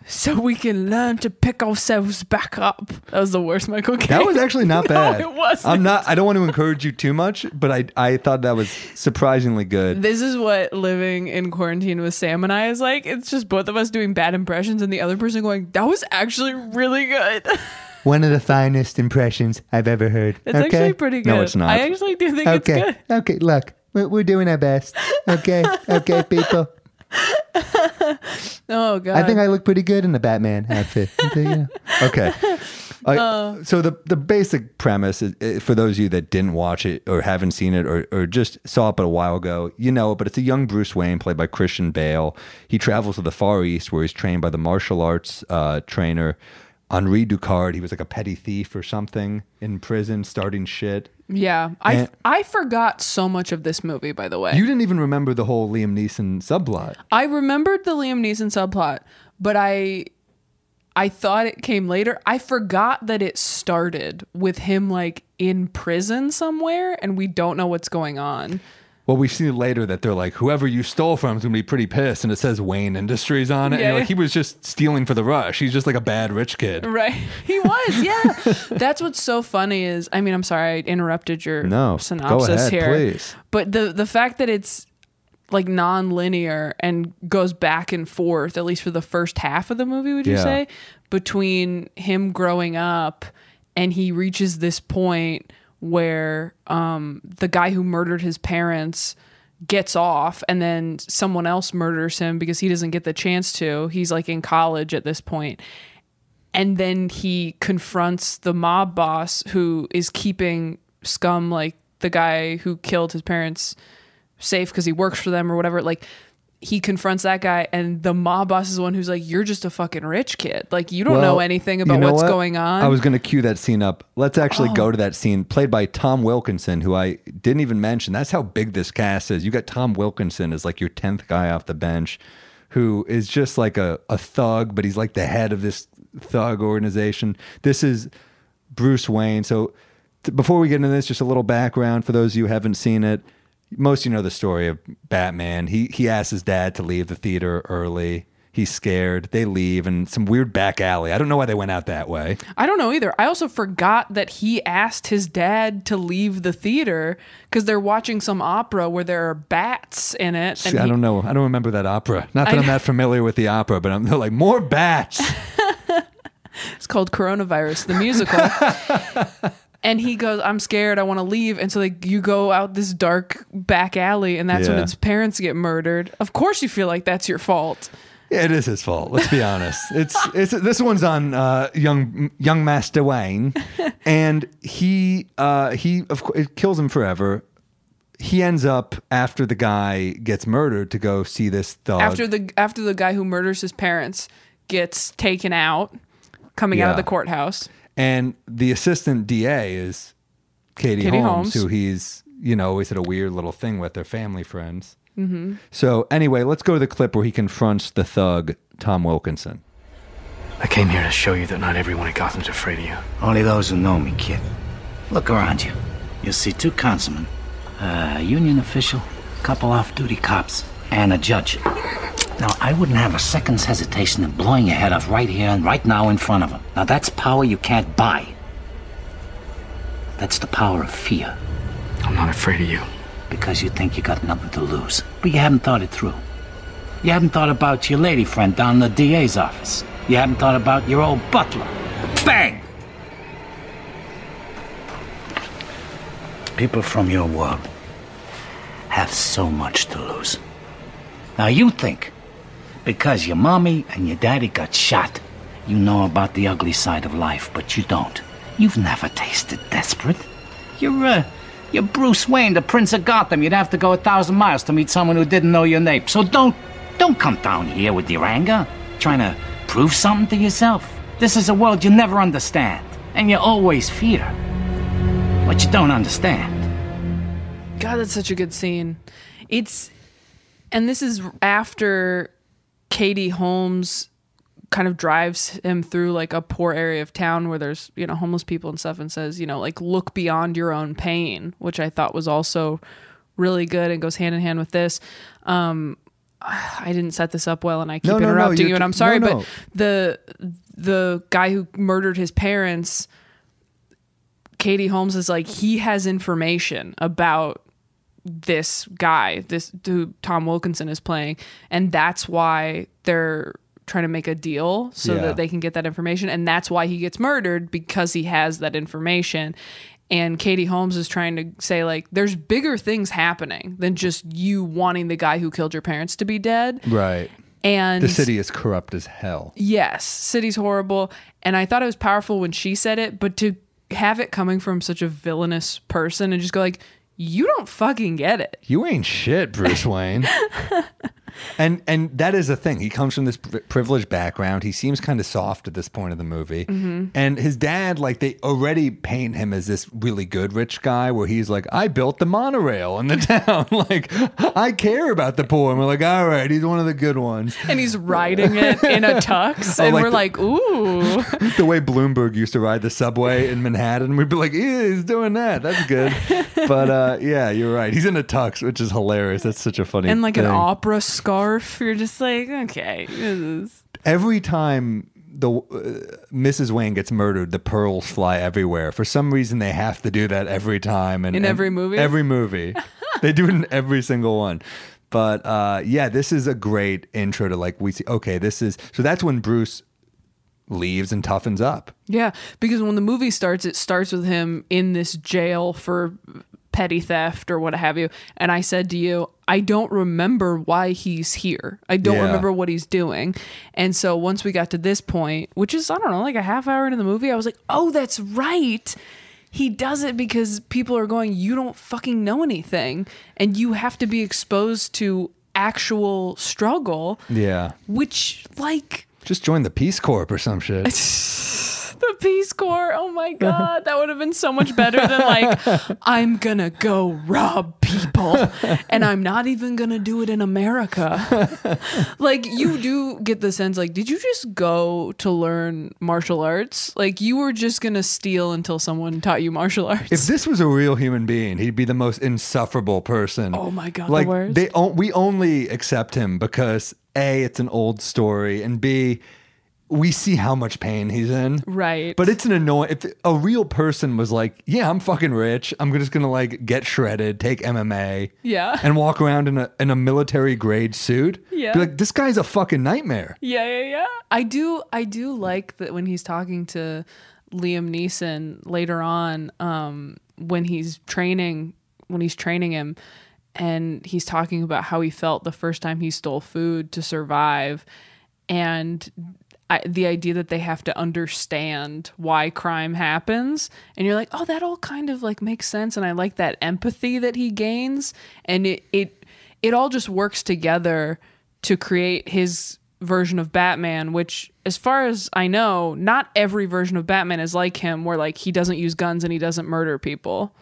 Speaker 3: So we can learn to pick ourselves back up. That was the worst Michael Caine.
Speaker 2: That was actually not
Speaker 3: No,
Speaker 2: bad.
Speaker 3: it wasn't.
Speaker 2: I'm not. I don't want to encourage you too much, but I I thought that was surprisingly good.
Speaker 3: This is what living in quarantine with Sam and I is like. It's just both of us doing bad impressions and the other person going, that was actually really good. That's
Speaker 2: One of the finest impressions I've ever heard. It's
Speaker 3: actually pretty good.
Speaker 2: No, it's not.
Speaker 3: I actually do think it's good.
Speaker 2: Okay. Look, we're, we're doing our best. Okay. okay, people.
Speaker 3: Oh, God.
Speaker 2: I look pretty good in the Batman outfit. okay. I-
Speaker 3: Um,
Speaker 2: so the the basic premise is, eh, for those of you that didn't watch it or haven't seen it or, or just saw it but a while ago, you know it. But it's a young Bruce Wayne played by Christian Bale. He travels to the Far East where he's trained by the martial arts uh, trainer Henri Ducard. He was like a petty thief or something in prison, starting shit.
Speaker 3: yeah. I,
Speaker 2: And-
Speaker 3: I forgot so much of this movie, by the way.
Speaker 2: You didn't even remember the whole Liam Neeson subplot.
Speaker 3: I remembered the Liam Neeson subplot, but I I thought it came later. I forgot that it started with him like in prison somewhere and we don't know what's going on.
Speaker 2: Well, we see later that they're like, whoever you stole from is going to be pretty pissed. And it says Wayne Industries on it. and
Speaker 3: Yeah.
Speaker 2: you're like, he was just stealing for the rush. He's just like a bad rich kid.
Speaker 3: Right. He was, yeah. That's what's so funny is I mean, I'm sorry I interrupted your
Speaker 2: No, go
Speaker 3: synopsis
Speaker 2: ahead,
Speaker 3: here.
Speaker 2: please.
Speaker 3: But the the fact that it's like non-linear and goes back and forth at least for the first half of the movie would you
Speaker 2: Yeah.
Speaker 3: say between him growing up and he reaches this point where um, the guy who murdered his parents gets off and then someone else murders him because he doesn't get the chance to he's like in college at this point and then he confronts the mob boss who is keeping scum like the guy who killed his parents safe because he works for them or whatever like he confronts that guy and the mob boss is the one who's like you're just a fucking rich kid like you don't know anything about what's going on
Speaker 2: I was going to cue that scene up. Let's actually go to that scene played by Tom Wilkinson, who I didn't even mention. That's how big this cast is. You got Tom Wilkinson as like your 10th guy off the bench, who is just like a, a thug, but he's like the head of this thug organization. This is Bruce Wayne. So t- before we get into this, just a little background for those of you who haven't seen it. Most of you know the story of Batman. He he asks his dad to leave the theater early. He's scared. They leave in some weird back alley. I don't know why they went out that way.
Speaker 3: I don't know either. I also forgot that he asked his dad to leave the theater because they're watching some opera where there are bats in it.
Speaker 2: See, I
Speaker 3: he-
Speaker 2: don't know. I don't remember that opera. Not that
Speaker 3: I
Speaker 2: I'm
Speaker 3: know.
Speaker 2: that familiar with the opera, but I'm they're like more bats.
Speaker 3: It's called Coronavirus, the musical. and he goes, I'm scared. I want to leave. And so, like, you go out this dark back alley, and that's when
Speaker 2: Yeah.
Speaker 3: his parents get murdered. Of course, you feel like that's your fault.
Speaker 2: Yeah, it is his fault. Let's be honest. It's it's this one's on uh, young young Master Wayne, and he uh, he of course it kills him forever. He ends up after the guy gets murdered to go see this thug.
Speaker 3: after the after the guy who murders his parents gets taken out, coming out
Speaker 2: Yeah.
Speaker 3: of the courthouse.
Speaker 2: and the assistant DA is Katie,
Speaker 3: Katie
Speaker 2: Holmes,
Speaker 3: Holmes.
Speaker 2: who he's you know always had a weird little thing with. They're family friends. Mm-hmm. So anyway, let's go to the clip where he confronts the thug Tom Wilkinson.
Speaker 4: I came here to show you that not everyone in Gotham's afraid of you.
Speaker 5: Only those who know me, kid. Look around you. You'll see two councilmen, a union official, a couple off duty cops, and a judge. Now, I wouldn't have a second's hesitation in blowing your head off right here and right now in front of them. Now, that's power you can't buy. That's the power of fear,
Speaker 4: I'm not afraid of you.
Speaker 5: because you think you got nothing to lose. But you haven't thought it through. You haven't thought about your lady friend down in the DA's office. You haven't thought about your old butler. Bang! People from your world have so much to lose. Now you think, because your mommy and your daddy got shot, you know about the ugly side of life, but you don't. You've never tasted desperate. You're, uh, you're Bruce Wayne, the Prince of Gotham. You'd have to go a thousand miles to meet someone who didn't know your name. So don't, don't come down here with your anger, trying to prove something to yourself. This is a world you never understand, and you always fear. What you don't understand
Speaker 3: God, that's such a good scene. It's and this is after Katie Holmes kind of drives him through like a poor area of town where there's, you know, homeless people and stuff and says, you know, like look beyond your own pain, which I thought was also really good and goes hand in hand with this. Um I didn't set this up well and I keep
Speaker 2: No, no, no, you're
Speaker 3: interrupting you and
Speaker 2: t-
Speaker 3: I'm sorry,
Speaker 2: no, no.
Speaker 3: but the the guy who murdered his parents Katie Holmes is like he has information about this guy, this who Tom Wilkinson is playing, and that's why they're trying to make a deal so
Speaker 2: Yeah.
Speaker 3: that they can get that information, and that's why he gets murdered because he has that information. And Katie Holmes is trying to say like there's bigger things happening than just you wanting the guy who killed your parents to be dead.
Speaker 2: Right.
Speaker 3: And
Speaker 2: The city is corrupt as hell.
Speaker 3: Yes, city's horrible, and I thought it was powerful when she said it, but to have it coming from such a villainous person and just go like, "You don't fucking get it."
Speaker 2: you ain't shit, Bruce Wayne. and and that is the thing. He comes from this pri- privileged background. He seems kind of soft at this point of the movie.
Speaker 3: Mm-hmm.
Speaker 2: And his dad, like they already paint him as this really good rich guy, where he's like, I built the monorail in the town. like I care about the poor. And we're like, all right, he's one of the good ones.
Speaker 3: And he's riding it in a tux,
Speaker 2: Oh,
Speaker 3: and
Speaker 2: like
Speaker 3: we're
Speaker 2: the-
Speaker 3: like, "Ooh,
Speaker 2: the way Bloomberg used to ride the subway in Manhattan, we'd be like, "Yeah, he's doing that. That's good." But uh, yeah, you're right. He's in a tux, which is hilarious. That's such a funny
Speaker 3: and like an
Speaker 2: thing.
Speaker 3: opera scarf." You're just like, "Okay, this is-
Speaker 2: every time the uh, Mrs. Wayne gets murdered, the pearls fly everywhere. For some reason, they have to do that every time. And
Speaker 3: In
Speaker 2: and
Speaker 3: every movie?
Speaker 2: every movie, they do it in every single one. But uh, yeah, this is a great intro to like we see. Okay, this is so that's when Bruce leaves and toughens up.
Speaker 3: yeah." Because when the movie starts, it starts with him in this jail for petty theft or what have you. And I said to you, I don't remember why he's here. I don't
Speaker 2: Yeah.
Speaker 3: remember what he's doing. And so once we got to this point, which is, I don't know, like a half hour into the movie, I was like, oh, that's right. He does it because people are going, you don't fucking know anything. And you have to be exposed to actual struggle,
Speaker 2: Yeah,
Speaker 3: which, like,
Speaker 2: just join the Peace Corps or some shit.
Speaker 3: the Peace Corps. Oh my God, that would have been so much better than like, I'm gonna go rob people, and I'm not even gonna do it in America. like you do get the sense like, did you just go to learn martial arts? Like you were just gonna steal until someone taught you martial arts.
Speaker 2: If this was a real human being, he'd be the most insufferable person.
Speaker 3: Oh my God, the
Speaker 2: Like
Speaker 3: worst.
Speaker 2: they o- we only accept him because a it's an old story, and b we see how much pain he's in.
Speaker 3: Right.
Speaker 2: But it's an annoying. If a real person was like, "Yeah, I'm fucking rich. I'm just gonna like get shredded, take MMA,
Speaker 3: Yeah.
Speaker 2: and walk around in a in a military grade suit,"
Speaker 3: Yeah.
Speaker 2: be like, "This guy's a fucking nightmare."
Speaker 3: Yeah, yeah, yeah. I do I do like that when he's talking to Liam Neeson later on, um, when he's training when he's training him and he's talking about how he felt the first time he stole food to survive and I, the idea that they have to understand why crime happens and you're like oh that all kind of like makes sense and i like that empathy that he gains and it it it all just works together to create his version of batman which as far as i know not every version of batman is like him where like he doesn't use guns and he doesn't murder people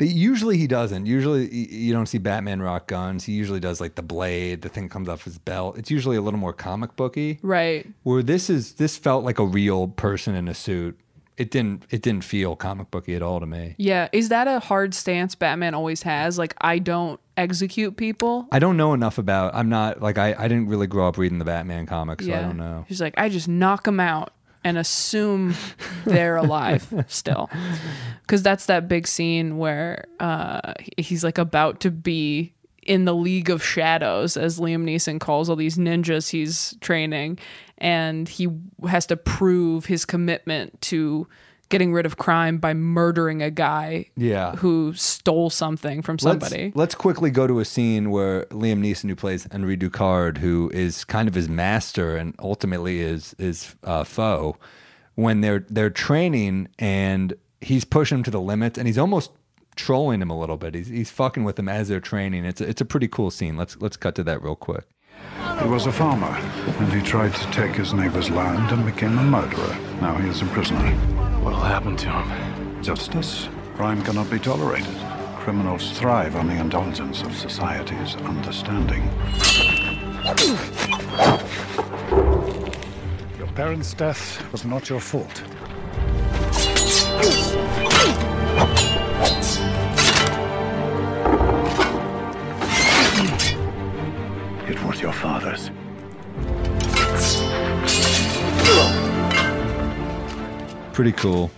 Speaker 2: They, usually he doesn't. Usually y- you don't see Batman rock guns. He usually does like the blade, the thing comes off his belt. It's usually a little more comic booky.
Speaker 3: right
Speaker 2: Where this is this felt like a real person in a suit. It didn't it didn't feel comic booky at all to me.
Speaker 3: yeah is that a hard stance batman always has like i don't execute people
Speaker 2: I don't know enough about I'm not like I, I didn't really grow up reading the Batman comics, so I don't know.
Speaker 3: He's like, I just knock them out and assume they're alive still. Because that's that big scene where uh, he- he's like about to be in the League of Shadows, as Liam Neeson calls all these ninjas he's training. And he has to prove his commitment to getting rid of crime by murdering a guy
Speaker 2: Yeah.
Speaker 3: who stole something from somebody.
Speaker 2: Let's, let's quickly go to a scene where Liam Neeson, who plays Henri Ducard, who is kind of his master and ultimately is is uh, foe, when they're they're training and he's pushing him to the limits and he's almost trolling him a little bit. He's he's fucking with him as they're training. It's a, it's a pretty cool scene. Let's let's cut to that real quick.
Speaker 6: He was a farmer, and he tried to take his neighbor's land and became a murderer. Now he is a prisoner.
Speaker 4: What'll happen to him?
Speaker 6: Justice? Crime cannot be tolerated. Criminals thrive on the indulgence of society's understanding. Your parents' death was not your fault. It was your father's.
Speaker 2: Pretty cool.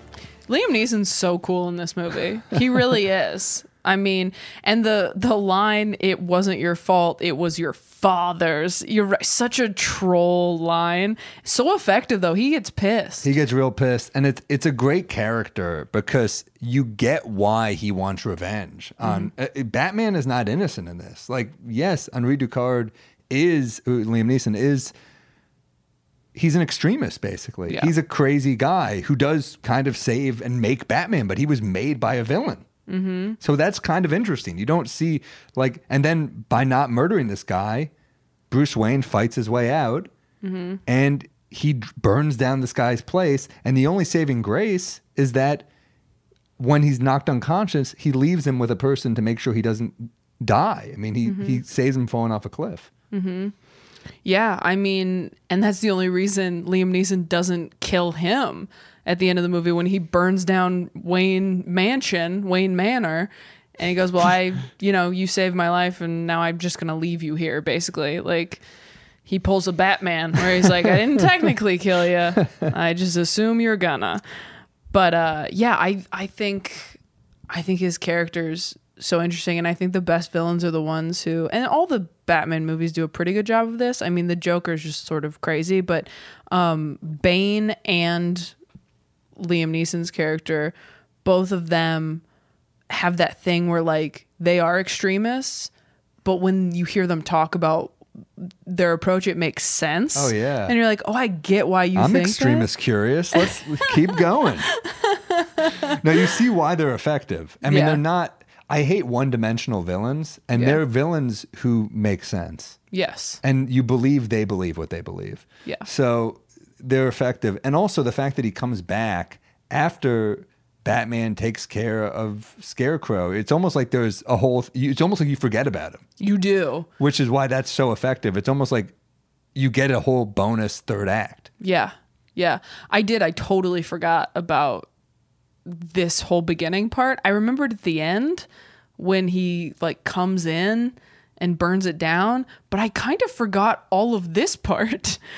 Speaker 3: Liam Neeson's so cool in this movie. He really is. I mean, and the the line "It wasn't your fault, it was your father's." You're right, such a troll line. So effective though. He gets pissed.
Speaker 2: He gets real pissed, and it's it's a great character because you get why he wants revenge. On uh, Batman is not innocent in this. Like, yes, Henri Ducard is uh, Liam Neeson is. He's an extremist, basically.
Speaker 3: Yeah.
Speaker 2: He's a crazy guy who does kind of save and make Batman, but he was made by a villain. Mm-hmm. So that's kind of interesting. You don't see like, and then by not murdering this guy, Bruce Wayne fights his way out and he d- burns down this guy's place. And the only saving grace is that when he's knocked unconscious, he leaves him with a person to make sure he doesn't die. I mean, he,
Speaker 3: Mm-hmm.
Speaker 2: he saves him falling off a cliff.
Speaker 3: yeah, I mean, and that's the only reason Liam Neeson doesn't kill him at the end of the movie when he burns down Wayne Mansion, Wayne Manor, and he goes, "Well, I, you know, you saved my life, and now I'm just gonna leave you here." Basically, like he pulls a Batman where he's like, "I didn't technically kill you. I just assume you're gonna." But uh, yeah, I I think I think his character's so interesting, and I think the best villains are the ones who, and all the Batman movies do a pretty good job of this. I mean, the Joker's just sort of crazy, but um, Bane and Liam Neeson's character, both of them have that thing where like they are extremists, but when you hear them talk about their approach, it makes sense.
Speaker 2: Oh, yeah.
Speaker 3: and you're like, oh, I get why you.
Speaker 2: I'm
Speaker 3: think that."
Speaker 2: extremist curious. Let's keep going. now you see why they're effective. I mean,
Speaker 3: Yeah.
Speaker 2: they're not. I hate one-dimensional villains, and
Speaker 3: Yeah.
Speaker 2: they're villains who make sense.
Speaker 3: Yes.
Speaker 2: and you believe they believe what they believe.
Speaker 3: Yeah.
Speaker 2: So they're effective, and also the fact that he comes back after Batman takes care of Scarecrow. It's almost like there's a whole. you- It's almost like you forget about him,
Speaker 3: You do.
Speaker 2: which is why that's so effective. It's almost like you get a whole bonus third act.
Speaker 3: Yeah. Yeah. I did. I totally forgot about this whole beginning part. I remembered at the end when he like comes in and burns it down, but I kind of forgot all of this part.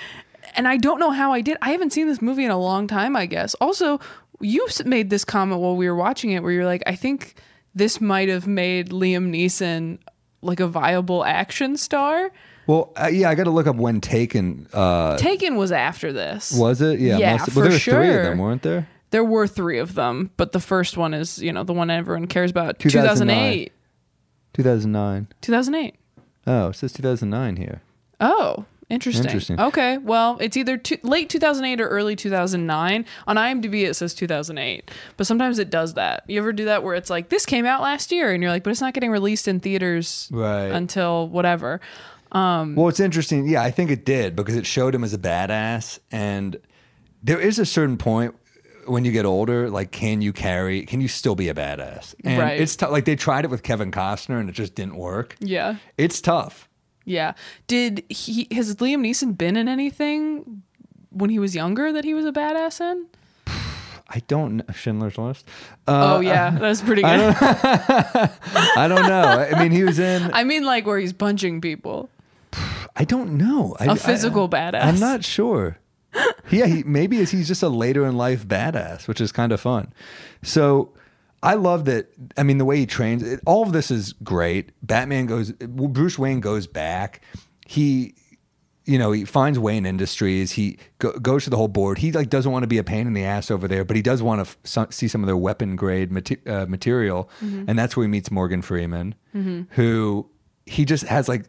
Speaker 3: And I don't know how I did. I haven't seen this movie in a long time, I guess. Also, you s- made this comment while we were watching it where you're like, I think this might have made Liam Neeson like a viable action star.
Speaker 2: Well, uh, yeah, I got to look up when Taken uh,
Speaker 3: Taken was after this.
Speaker 2: was it. Yeah,
Speaker 3: Yeah,
Speaker 2: must- well, there were
Speaker 3: for
Speaker 2: three of
Speaker 3: sure.
Speaker 2: them, weren't there?
Speaker 3: There were three of them, but the first one is, you know, the one everyone cares about.
Speaker 2: 2009.
Speaker 3: 2008.
Speaker 2: 2009.
Speaker 3: 2008.
Speaker 2: Oh, it says 2009 here.
Speaker 3: Oh, Interesting.
Speaker 2: Interesting.
Speaker 3: Okay. Well, it's either two, late 2008 or early 2009. On IMDb, it says 2008, but sometimes it does that. You ever do that where it's like, this came out last year, and you're like, but it's not getting released in theaters
Speaker 2: Right.
Speaker 3: until whatever.
Speaker 2: Well, it's interesting. Yeah, I think it did because it showed him as a badass. And there is a certain point when you get older, like, can you carry, can you still be a badass? And
Speaker 3: Right.
Speaker 2: it's tough. Like, they tried it with Kevin Costner and it just didn't work.
Speaker 3: Yeah.
Speaker 2: It's tough.
Speaker 3: Yeah. Did he, has Liam Neeson been in anything when he was younger that he was a badass in?
Speaker 2: I don't know. Schindler's List. Uh,
Speaker 3: oh, yeah. That's pretty good. I,
Speaker 2: I don't know. I mean, he was in,
Speaker 3: mean, like where he's punching people.
Speaker 2: I don't know. I,
Speaker 3: A
Speaker 2: I-
Speaker 3: physical badass.
Speaker 2: I'm not sure. yeah, he, maybe it's- he's just a later in life badass, which is kind of fun. So I love that. I mean, the way he trains, it, all of this is great. Batman goes, Bruce Wayne goes back. He, you know, he finds Wayne Industries. He go, goes to the whole board. He like doesn't want to be a pain in the ass over there, but he does want to f- so- see some of their weapon grade mate- uh, material, and that's where he meets Morgan Freeman, who he just has like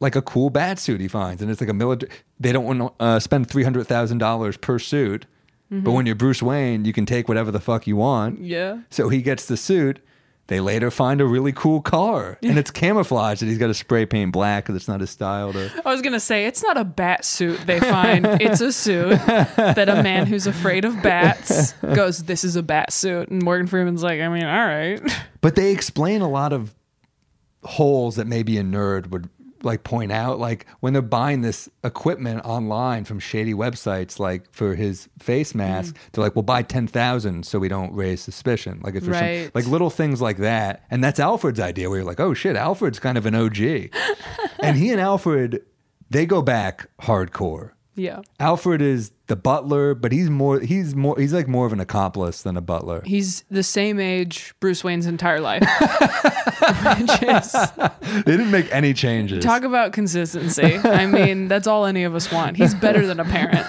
Speaker 2: like a cool bat suit he finds, and it's like a military. They don't want to uh, spend three hundred thousand dollars per suit, but when you're Bruce Wayne, you can take whatever the fuck you want.
Speaker 3: Yeah.
Speaker 2: So he gets the suit. They later find a really cool car, and it's camouflaged, and he's got to spray paint black because it's not his style to.
Speaker 3: I was gonna say it's not a bat suit they find. it's a suit that a man who's afraid of bats goes, This is a bat suit and Morgan Freeman's like, I mean, all right.
Speaker 2: But they explain a lot of holes that maybe a nerd would like point out, like when they're buying this equipment online from shady websites, like for his face mask,
Speaker 3: Mm.
Speaker 2: they're like, "Well, buy ten thousand so we don't raise suspicion." Like if there's some,
Speaker 3: Right.
Speaker 2: like little things like that, and that's Alfred's idea. Where you're like, "Oh shit, Alfred's kind of an OG," and he and Alfred they go back hardcore.
Speaker 3: Yeah.
Speaker 2: Alfred is the butler, but he's more he's more he's like more of an accomplice than a butler.
Speaker 3: He's the same age Bruce Wayne's entire life. Which is,
Speaker 2: they didn't make any changes.
Speaker 3: talk about consistency. I mean, that's all any of us want. He's better than a parent.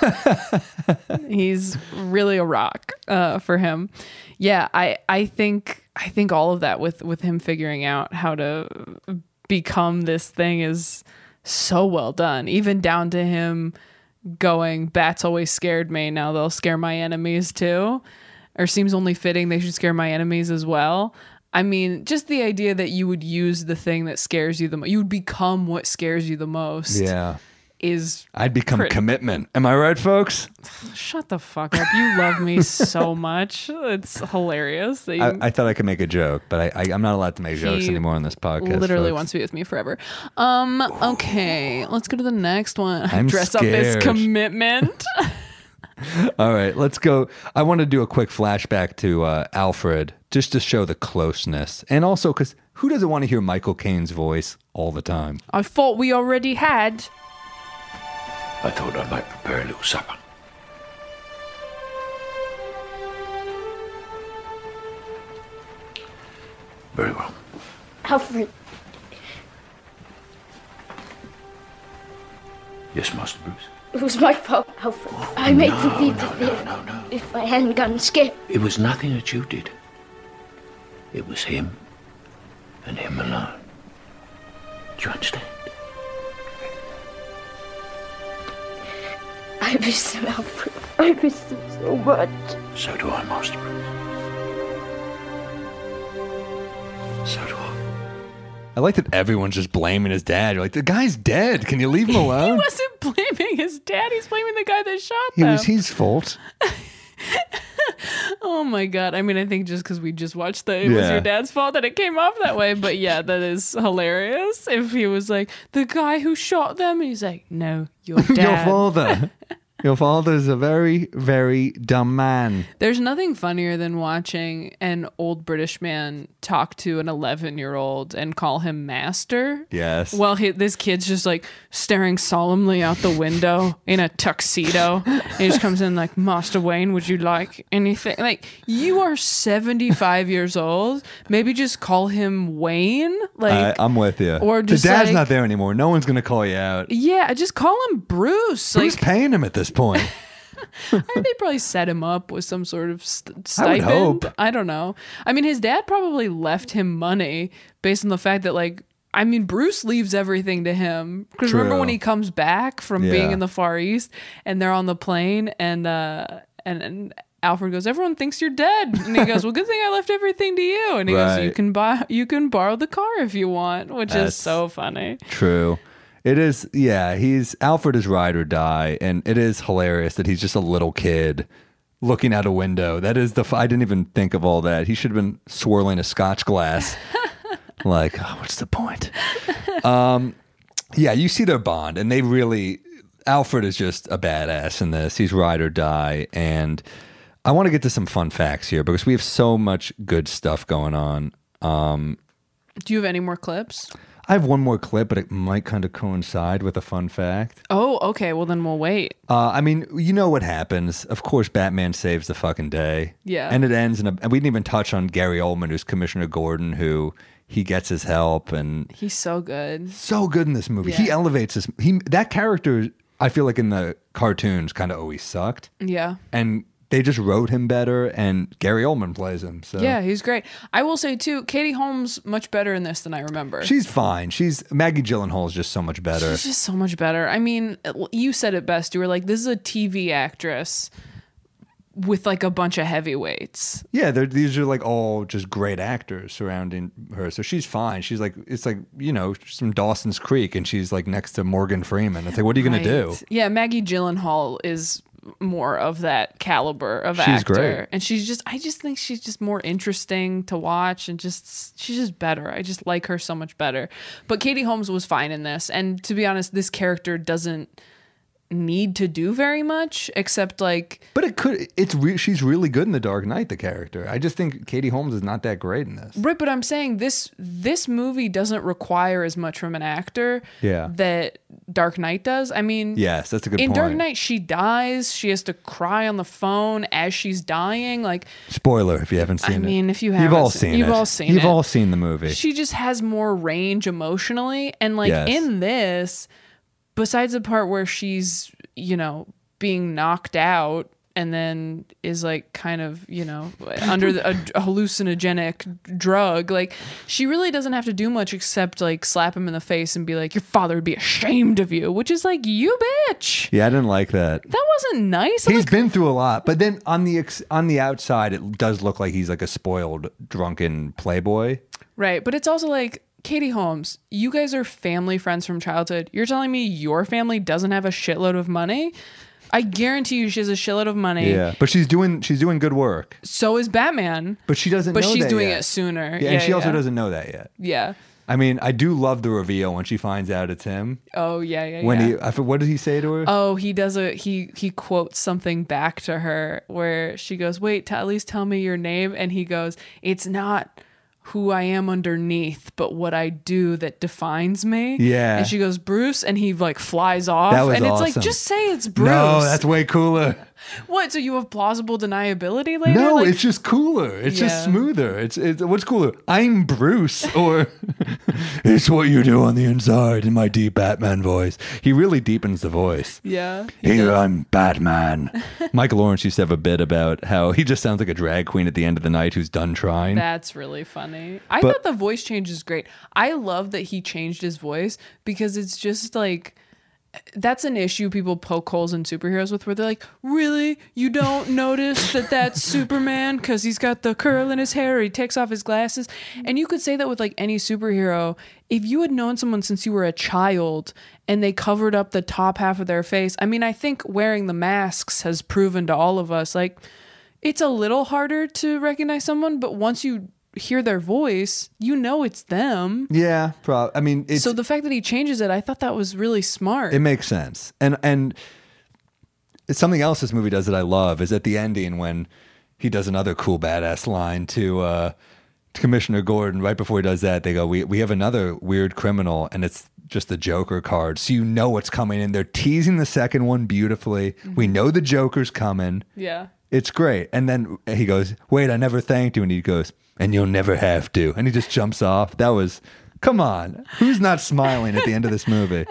Speaker 3: He's really a rock uh, for him. Yeah, I I think I think all of that with with him figuring out how to become this thing is so well done. Even down to him going, bats always scared me. Now they'll scare my enemies too. Or seems only fitting they should scare my enemies as well. I mean, just the idea that you would use the thing that scares you the most, you would become what scares you the most
Speaker 2: yeah.
Speaker 3: is
Speaker 2: I'd become
Speaker 3: Pretty-
Speaker 2: commitment. Am I right, folks?
Speaker 3: shut the fuck up. You love me so much. It's hilarious that you
Speaker 2: I, I thought I could make a joke, but I, I, I'm not allowed to make jokes
Speaker 3: He
Speaker 2: anymore on this podcast.
Speaker 3: literally
Speaker 2: folks.
Speaker 3: wants to be with me forever. Um, okay, let's go to the next one.
Speaker 2: I'm
Speaker 3: Dress up this
Speaker 2: scared.
Speaker 3: commitment.
Speaker 2: All right, let's go. I want to do a quick flashback to uh, Alfred just to show the closeness, and also because who doesn't want to hear Michael Caine's voice all the time?
Speaker 3: I thought we already had.
Speaker 4: I thought I might prepare a little supper.
Speaker 6: Very well.
Speaker 7: Alfred,
Speaker 4: Yes, Master Bruce. Oh,
Speaker 7: it was my fault, Alfred. I made you leave the theater.
Speaker 4: No, no.
Speaker 7: If I hadn't gotten scared,
Speaker 4: It was nothing that you did. It was him and him alone. Do you understand?
Speaker 7: I missed him, Alfred. I missed him so much.
Speaker 4: So do I, Master Bruce. So do I.
Speaker 2: I like that everyone's just blaming his dad. You're like, the guy's dead. Can you leave him alone?
Speaker 3: He wasn't blaming his dad. He's blaming the guy that shot
Speaker 2: It
Speaker 3: them.
Speaker 2: was his fault.
Speaker 3: oh my god! I mean, I think just because we just watched the it was
Speaker 2: Yeah.
Speaker 3: your dad's fault that it came off that way. But yeah, that is hilarious. If he was like the guy who shot them, and he's like, no, your dad.
Speaker 2: Your father. Your father's a very, very dumb man.
Speaker 3: There's nothing funnier than watching an old British man talk to an 11 year old and call him master.
Speaker 2: Yes.
Speaker 3: While he, this kid's just like staring solemnly out the window in a tuxedo. And he just comes in like, Master Wayne, would you like anything? Like, you are 75 years old. Maybe just call him Wayne. Like,
Speaker 2: I, am with you.
Speaker 3: or just
Speaker 2: the dad's
Speaker 3: like-
Speaker 2: not there anymore. No one's gonna call you out.
Speaker 3: yeah, just call him Bruce. Like,
Speaker 2: Who's paying him at this point?
Speaker 3: they probably set him up with some sort of st-
Speaker 2: I would
Speaker 3: stipend.
Speaker 2: hope.
Speaker 3: I don't know. I mean, his dad probably left him money based on the fact that like I mean, Bruce leaves everything to him. Because remember
Speaker 2: True.
Speaker 3: when he comes back from being
Speaker 2: Yeah.
Speaker 3: in the Far East and they're on the plane and uh and, and Alfred goes, Everyone thinks you're dead. And he goes, Well, good thing I left everything to you. And he goes, You
Speaker 2: Right.
Speaker 3: can buy you can borrow the car if you want, which is
Speaker 2: That's-
Speaker 3: so funny.
Speaker 2: True. It is, yeah, he's Alfred is ride or die. And it is hilarious that he's just a little kid looking out a window. That is the, f- I didn't even think of all that. He should have been swirling a scotch glass. like, oh, what's the point? Um, yeah, you see their bond, and they really, Alfred is just a badass in this. He's ride or die. And I want to get to some fun facts here because we have so much good stuff going on.
Speaker 3: Do you have any more clips?
Speaker 2: I have one more clip, but it might kind of coincide with a fun fact.
Speaker 3: Oh, okay. Well then we'll wait.
Speaker 2: Uh, I mean, you know what happens. Of course, Batman saves the fucking day.
Speaker 3: Yeah.
Speaker 2: And it ends in a. And we didn't even touch on Gary Oldman, who's Commissioner Gordon, who he gets his help and
Speaker 3: He's so good.
Speaker 2: so good in this movie. He
Speaker 3: Yeah.
Speaker 2: elevates this. He that character, I feel like in the cartoons, kind of always sucked,
Speaker 3: Yeah.
Speaker 2: and they just wrote him better. And Gary Oldman plays him. So
Speaker 3: Yeah, he's great. I will say too, Katie Holmes much better in this than I remember.
Speaker 2: she's fine. She's Maggie Gyllenhaal is just so much better.
Speaker 3: She's just so much better. I mean, you said it best. You were like, this is a TV actress with like a bunch of heavyweights.
Speaker 2: Yeah, they're, these are like all just great actors surrounding her. So she's fine. She's like, it's like, you know, some Dawson's Creek and she's like next to Morgan Freeman. It's like, what are you going to do?
Speaker 3: Right. Yeah, Maggie Gyllenhaal is more of that caliber of
Speaker 2: She's
Speaker 3: actor.
Speaker 2: great.
Speaker 3: And she's just, I just think she's just more interesting to watch and just, she's just better. I just like her so much better. But Katie Holmes was fine in this. And to be honest, this character doesn't need to do very much except like
Speaker 2: But it could, it's re- she's really good in The Dark Knight, the character. I just think Katie Holmes is not that great in this.
Speaker 3: Right, but I'm saying this this movie doesn't require as much from an actor
Speaker 2: Yeah.
Speaker 3: that Dark Knight does. I mean,
Speaker 2: Yes, that's a good
Speaker 3: in
Speaker 2: point.
Speaker 3: Dark Knight she dies, she has to cry on the phone as she's dying. Like
Speaker 2: Spoiler if you haven't seen it.
Speaker 3: mean, if you
Speaker 2: You've all
Speaker 3: haven't se-
Speaker 2: seen
Speaker 3: you've
Speaker 2: it.
Speaker 3: all seen
Speaker 2: You've
Speaker 3: it.
Speaker 2: all seen the movie.
Speaker 3: she just has more range emotionally and like
Speaker 2: Yes.
Speaker 3: in this besides the part where she's, you know, being knocked out and then is like kind of, you know, under the, a, a hallucinogenic drug. Like she really doesn't have to do much except like slap him in the face and be like, your father would be ashamed of you, which is like, you bitch.
Speaker 2: yeah, I didn't like that.
Speaker 3: That wasn't nice. I'm
Speaker 2: He's
Speaker 3: like,
Speaker 2: been through a lot, but then on the ex- on the outside, it does look like he's like a spoiled, drunken playboy.
Speaker 3: Right. But it's also like, Katie Holmes, you guys are family friends from childhood. You're telling me your family doesn't have a shitload of money? I guarantee you she has a shitload of money.
Speaker 2: Yeah, but she's doing she's doing good work.
Speaker 3: So is Batman.
Speaker 2: But she doesn't.
Speaker 3: But
Speaker 2: know
Speaker 3: she's
Speaker 2: that
Speaker 3: doing
Speaker 2: yet.
Speaker 3: it sooner.
Speaker 2: Yeah, and she also
Speaker 3: yeah.
Speaker 2: doesn't know that yet.
Speaker 3: Yeah.
Speaker 2: I mean, I do love the reveal when she finds out it's him.
Speaker 3: Oh yeah, yeah.
Speaker 2: When
Speaker 3: yeah.
Speaker 2: he, I, f- what did he say to her?
Speaker 3: Oh, he does a he he quotes something back to her where she goes, "Wait, t- at least tell me your name." And he goes, "It's not who I am underneath, but what I do that defines me."
Speaker 2: Yeah.
Speaker 3: And she goes, "Bruce," and he like flies off,
Speaker 2: That was
Speaker 3: and it's
Speaker 2: awesome.
Speaker 3: like, just say it's Bruce.
Speaker 2: no, that's way cooler.
Speaker 3: what. So you have plausible deniability later?
Speaker 2: No,
Speaker 3: Like,
Speaker 2: it's just cooler. It's
Speaker 3: Yeah.
Speaker 2: just smoother. It's, it's what's cooler. I'm Bruce, or it's what you do on the inside in my deep Batman voice. He really deepens the voice.
Speaker 3: yeah.
Speaker 2: Here I'm Batman. Michael Lawrence used to have a bit about how he just sounds like a drag queen at the end of the night who's done trying.
Speaker 3: That's really funny. I
Speaker 2: But-
Speaker 3: thought the voice change is great. I love that he changed his voice because it's just like that's an issue people poke holes in superheroes with where they're like, "Really? You don't notice that that's Superman cuz he's got the curl in his hair, or he takes off his glasses." And you could say that with like any superhero. If you had known someone since you were a child and they covered up the top half of their face, I mean, I think wearing the masks has proven to all of us like it's a little harder to recognize someone, but once you hear their voice, you know it's them.
Speaker 2: yeah, prob- I mean, it's
Speaker 3: So the fact that he changes it, I thought that was really smart.
Speaker 2: It makes sense. And and something else this movie does that I love is at the ending when he does another cool badass line to uh, to Commissioner Gordon. Right before he does that, they go, "We we have another weird criminal, and it's just the Joker card, so you know what's coming." And they're teasing the second one beautifully. We know the Joker's coming.
Speaker 3: yeah.
Speaker 2: It's great. And then he goes, Wait, I never thanked you. And he goes, And you'll never have to. And he just jumps off. That was, come on. Who's not smiling at the end of this movie?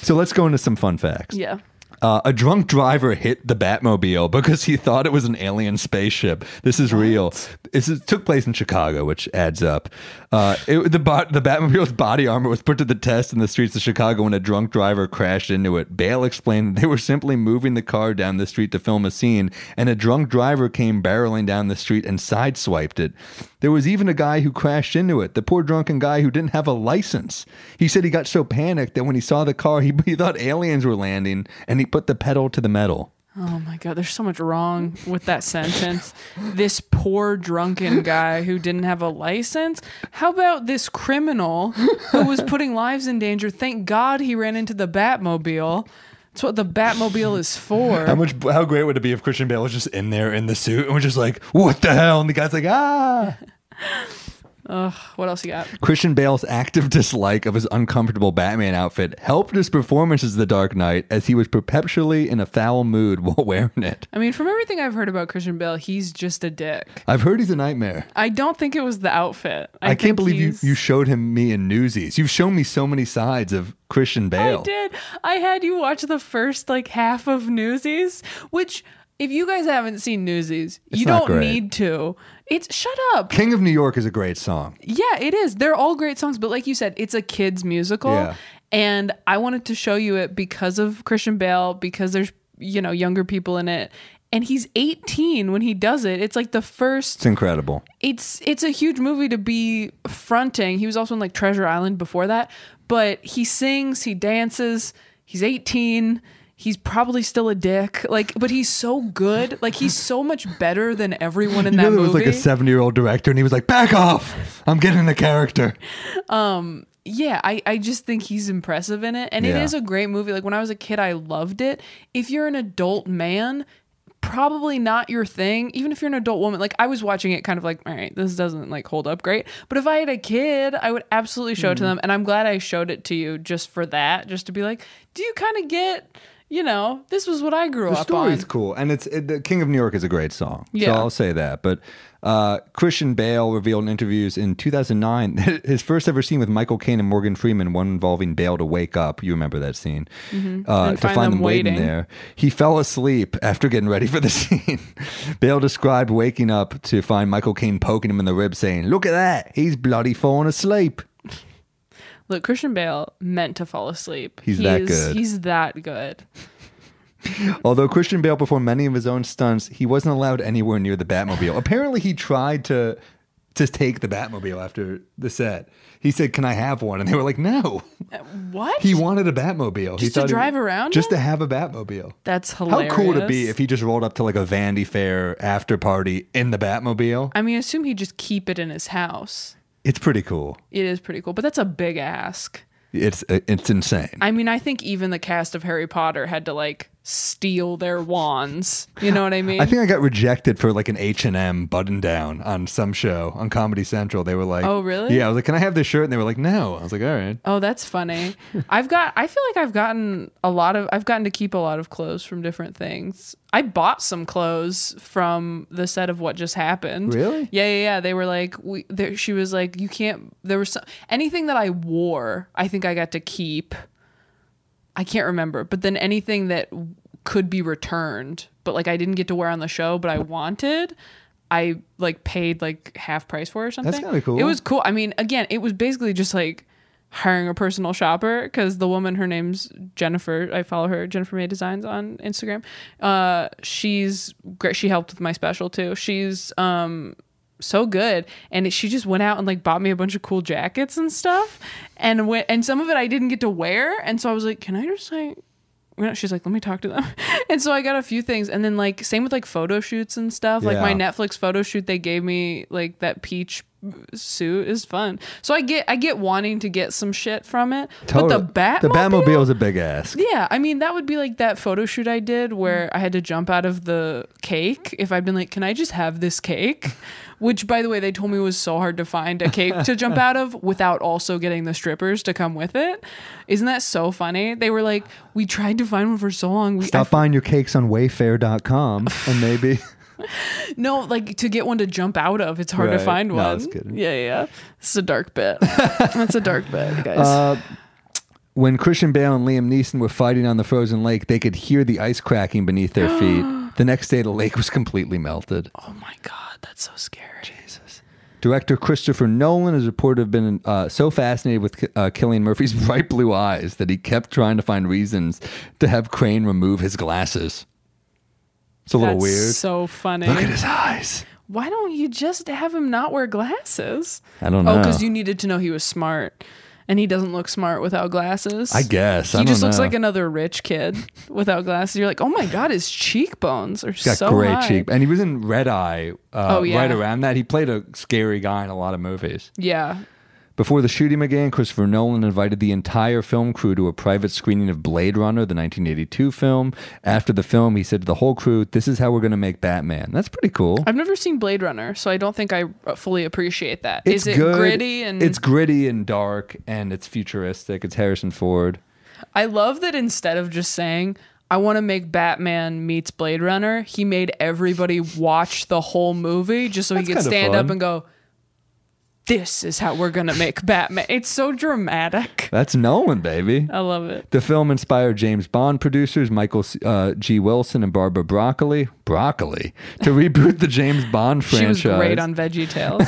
Speaker 2: so let's go into some fun facts.
Speaker 3: Yeah.
Speaker 2: Uh, a drunk driver hit the Batmobile because he thought it was an alien spaceship. This is real. This is, took place in Chicago, which adds up. Uh, it, the, bo- the Batmobile's body armor was put to the test in the streets of Chicago when a drunk driver crashed into it. Bale explained they were simply moving the car down the street to film a scene, and a drunk driver came barreling down the street and sideswiped it. There was even a guy who crashed into it, the poor drunken guy who didn't have a license. He said he got so panicked that when he saw the car, he, he thought aliens were landing and he put the pedal to the metal.
Speaker 3: Oh my god, there's so much wrong with that sentence. this poor drunken guy who didn't have a license. How about this criminal who was putting lives in danger? Thank God he ran into the Batmobile. That's what the Batmobile is for.
Speaker 2: How much? How great would it be if Christian Bale was just in there in the suit and was just like, "What the hell?" And the guy's like, "Ah."
Speaker 3: What else you got?
Speaker 2: Christian Bale's active dislike of his uncomfortable Batman outfit helped his performance as the Dark Knight, as he was perpetually in a foul mood while wearing it.
Speaker 3: I mean, from everything I've heard about Christian Bale, he's just a dick.
Speaker 2: I've heard he's a nightmare.
Speaker 3: I don't think it was the outfit.
Speaker 2: I, can't
Speaker 3: think
Speaker 2: believe you,
Speaker 3: he's-
Speaker 2: you showed him me in Newsies. You've shown me so many sides of Christian Bale.
Speaker 3: I did. I had you watch the first like half of Newsies, which if you guys haven't seen Newsies, you
Speaker 2: not
Speaker 3: don't
Speaker 2: great.
Speaker 3: need to. It's shut up.
Speaker 2: King of New York is a great song.
Speaker 3: Yeah, it is. They're all great songs, but like you said, it's a kids musical.
Speaker 2: Yeah.
Speaker 3: And I wanted to show you it because of Christian Bale because there's, you know, younger people in it. And he's 18 when he does it. It's like the first
Speaker 2: It's incredible.
Speaker 3: it's it's a huge movie to be fronting. He was also in like Treasure Island before that, but he sings, he dances, he's 18. He's probably still a dick, like, but he's so good. Like, he's so much better than everyone in
Speaker 2: You
Speaker 3: that
Speaker 2: know, there
Speaker 3: movie.
Speaker 2: was like a seven-year-old director, and he was like, "Back off! I'm getting the character."
Speaker 3: yeah, I, I just think he's impressive in it. And
Speaker 2: Yeah.
Speaker 3: it is a great movie. Like when I was a kid, I loved it. If you're an adult man, probably not your thing. Even if you're an adult woman, like I was watching it kind of like, all right, this doesn't like hold up great. But if I had a kid, I would absolutely show
Speaker 2: Hmm.
Speaker 3: it to them. And I'm glad I showed it to you just for that, just to be like, do you kind of get, you know, this was what I grew
Speaker 2: The
Speaker 3: up
Speaker 2: story's
Speaker 3: on.
Speaker 2: cool, and it's it, the King of New York is a great song.
Speaker 3: Yeah.
Speaker 2: so I'll say that. But uh, Christian Bale revealed in interviews in 2009 that his first ever scene with Michael Caine and Morgan Freeman, one involving Bale to wake up. You remember that scene uh,
Speaker 3: Mm-hmm. And
Speaker 2: to
Speaker 3: find
Speaker 2: find
Speaker 3: them
Speaker 2: them waiting.
Speaker 3: waiting.
Speaker 2: there. He fell asleep after getting ready for the scene. Bale described waking up to find Michael Caine poking him in the rib, saying, "Look at that, he's bloody falling asleep."
Speaker 3: Look, Christian Bale meant to fall asleep.
Speaker 2: He's that good.
Speaker 3: He's that good.
Speaker 2: Although Christian Bale performed many of his own stunts, he wasn't allowed anywhere near the Batmobile. Apparently, he tried to to take the Batmobile after the set. He said, "Can I have one?" And they were like, "No."
Speaker 3: What?
Speaker 2: He wanted a Batmobile. He
Speaker 3: Just to
Speaker 2: thought he-
Speaker 3: drive around
Speaker 2: Just
Speaker 3: in?
Speaker 2: to have a Batmobile.
Speaker 3: That's
Speaker 2: How
Speaker 3: hilarious.
Speaker 2: cool would it be if he just rolled up to like a Vandy Fair after party in the Batmobile?
Speaker 3: I mean, assume he'd just keep it in his house.
Speaker 2: It's pretty cool.
Speaker 3: It is pretty cool, but that's a big ask.
Speaker 2: It's it's insane.
Speaker 3: I mean, I think even the cast of Harry Potter had to like steal their wands. You know what I mean?
Speaker 2: I think I got rejected for like an H and M button down on some show on Comedy Central. They were like,
Speaker 3: Oh, really?
Speaker 2: Yeah." I was like, "Can I have this shirt?" And they were like, "No." I was like, "All right."
Speaker 3: oh, that's funny. I've got I feel like I've gotten a lot of I've gotten to keep a lot of clothes from different things. I bought some clothes from the set of what just happened.
Speaker 2: Really?
Speaker 3: Yeah, yeah, yeah. They were like we there she was like you can't there was some, anything that I wore, I think I got to keep. I can't remember, but then anything that w- could be returned, but like I didn't get to wear on the show, but I wanted, I like paid like half price for or something.
Speaker 2: kinda cool.
Speaker 3: It was cool. I mean, again, it was basically just like hiring a personal shopper because the woman, her name's Jennifer. I follow her, Jennifer May Designs on Instagram. Uh, she's great. She helped with my special too. She's um so good and she just went out and like bought me a bunch of cool jackets and stuff and went and some of it i didn't get to wear and so i was like can i just like you know, she's like let me talk to them and so i got a few things and then like same with like photo shoots and stuff like my
Speaker 2: Yeah.
Speaker 3: netflix photo shoot they gave me like that peach suit is fun so i get i get wanting to get some shit from it but the bat
Speaker 2: the Batmobile is a big ask.
Speaker 3: yeah, I mean that would be like that photo shoot I did where
Speaker 2: Mm.
Speaker 3: I had to jump out of the cake. If I'd been like, "Can I just have this cake?" Which, by the way, they told me was so hard to find a cake to jump out of without also getting the strippers to come with it. Isn't that so funny? They were like, "We tried to find one for so long. We I
Speaker 2: Stop buying your cakes on Wayfair.com and maybe
Speaker 3: No, like to get one to jump out of. It's hard to
Speaker 2: Right.
Speaker 3: find
Speaker 2: No,
Speaker 3: one.
Speaker 2: that's good. Uh,
Speaker 3: Yeah, yeah. It's a dark bit. That's a dark bit, guys.
Speaker 2: When Christian Bale and Liam Neeson were fighting on the frozen lake, they could hear the ice cracking beneath their feet. The next day, the lake was completely melted.
Speaker 3: Oh my god, that's so scary. Jesus.
Speaker 2: Director Christopher Nolan is reported to have been uh, so fascinated with uh, Killian Murphy's bright blue eyes that he kept trying to find reasons to have Crane remove his glasses. It's a little
Speaker 3: that's
Speaker 2: weird.
Speaker 3: So funny.
Speaker 2: Look at his eyes.
Speaker 3: Why don't you just have him not wear glasses?
Speaker 2: I don't
Speaker 3: Oh,
Speaker 2: know.
Speaker 3: because you needed to know he was smart, and he doesn't look smart without glasses.
Speaker 2: I guess.
Speaker 3: He
Speaker 2: I
Speaker 3: just
Speaker 2: don't
Speaker 3: looks
Speaker 2: know.
Speaker 3: like another rich kid without glasses. You're like, oh my god, his cheekbones are
Speaker 2: He's got
Speaker 3: so
Speaker 2: great
Speaker 3: high.
Speaker 2: cheek, and he was in Red Eye. Uh,
Speaker 3: Oh, yeah.
Speaker 2: right around that, he played a scary guy in a lot of movies.
Speaker 3: Yeah,
Speaker 2: Before the shooting began, Christopher Nolan invited the entire film crew to a private screening of Blade Runner, the 1982 film. After the film, he said to the whole crew, "This is how we're going to make Batman." That's pretty cool.
Speaker 3: I've never seen Blade Runner, so I don't think I fully appreciate that. Is
Speaker 2: It's
Speaker 3: it
Speaker 2: good.
Speaker 3: gritty and
Speaker 2: it's gritty and dark, and it's futuristic. It's Harrison Ford.
Speaker 3: I love that instead of just saying, I want to make Batman meets Blade Runner, he made everybody watch the whole movie just so
Speaker 2: That's
Speaker 3: he could
Speaker 2: kinda
Speaker 3: stand
Speaker 2: fun.
Speaker 3: up and go, This is how we're going to make Batman. It's so dramatic.
Speaker 2: That's Nolan, baby.
Speaker 3: I love it.
Speaker 2: The film inspired James Bond producers Michael uh, G. Wilson and Barbara Broccoli Broccoli to reboot the James Bond franchise
Speaker 3: She was great on Veggie Tales.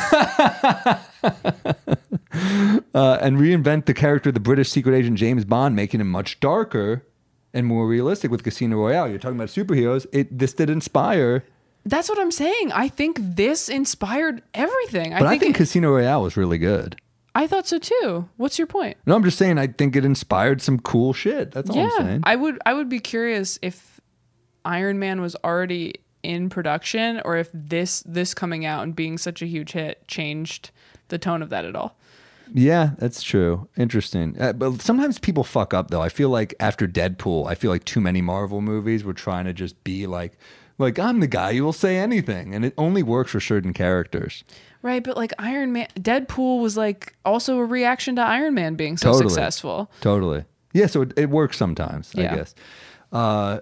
Speaker 2: uh, and reinvent the character of the British secret agent James Bond, making him much darker and more realistic with Casino Royale. You're talking about superheroes. It this did inspire,
Speaker 3: That's what I'm saying. I think this inspired everything. I
Speaker 2: but
Speaker 3: think,
Speaker 2: I think
Speaker 3: it-
Speaker 2: Casino Royale was really good.
Speaker 3: I thought so too. What's your point?
Speaker 2: No, I'm just saying I think it inspired some cool shit. That's all I'm
Speaker 3: Yeah,
Speaker 2: saying.
Speaker 3: I would. I would be curious if Iron Man was already in production, or if this this coming out and being such a huge hit changed the tone of that at all.
Speaker 2: Yeah, that's true. Interesting. Uh, but sometimes people fuck up though. I feel like after Deadpool, I feel like too many Marvel movies were trying to just be like like I'm the guy who will say anything and it only works for certain characters.
Speaker 3: Right, but like Iron Man, Deadpool was like also a reaction to Iron Man being so
Speaker 2: Totally.
Speaker 3: successful.
Speaker 2: Totally. Yeah, so it, it works sometimes, I
Speaker 3: Yeah.
Speaker 2: guess. Uh,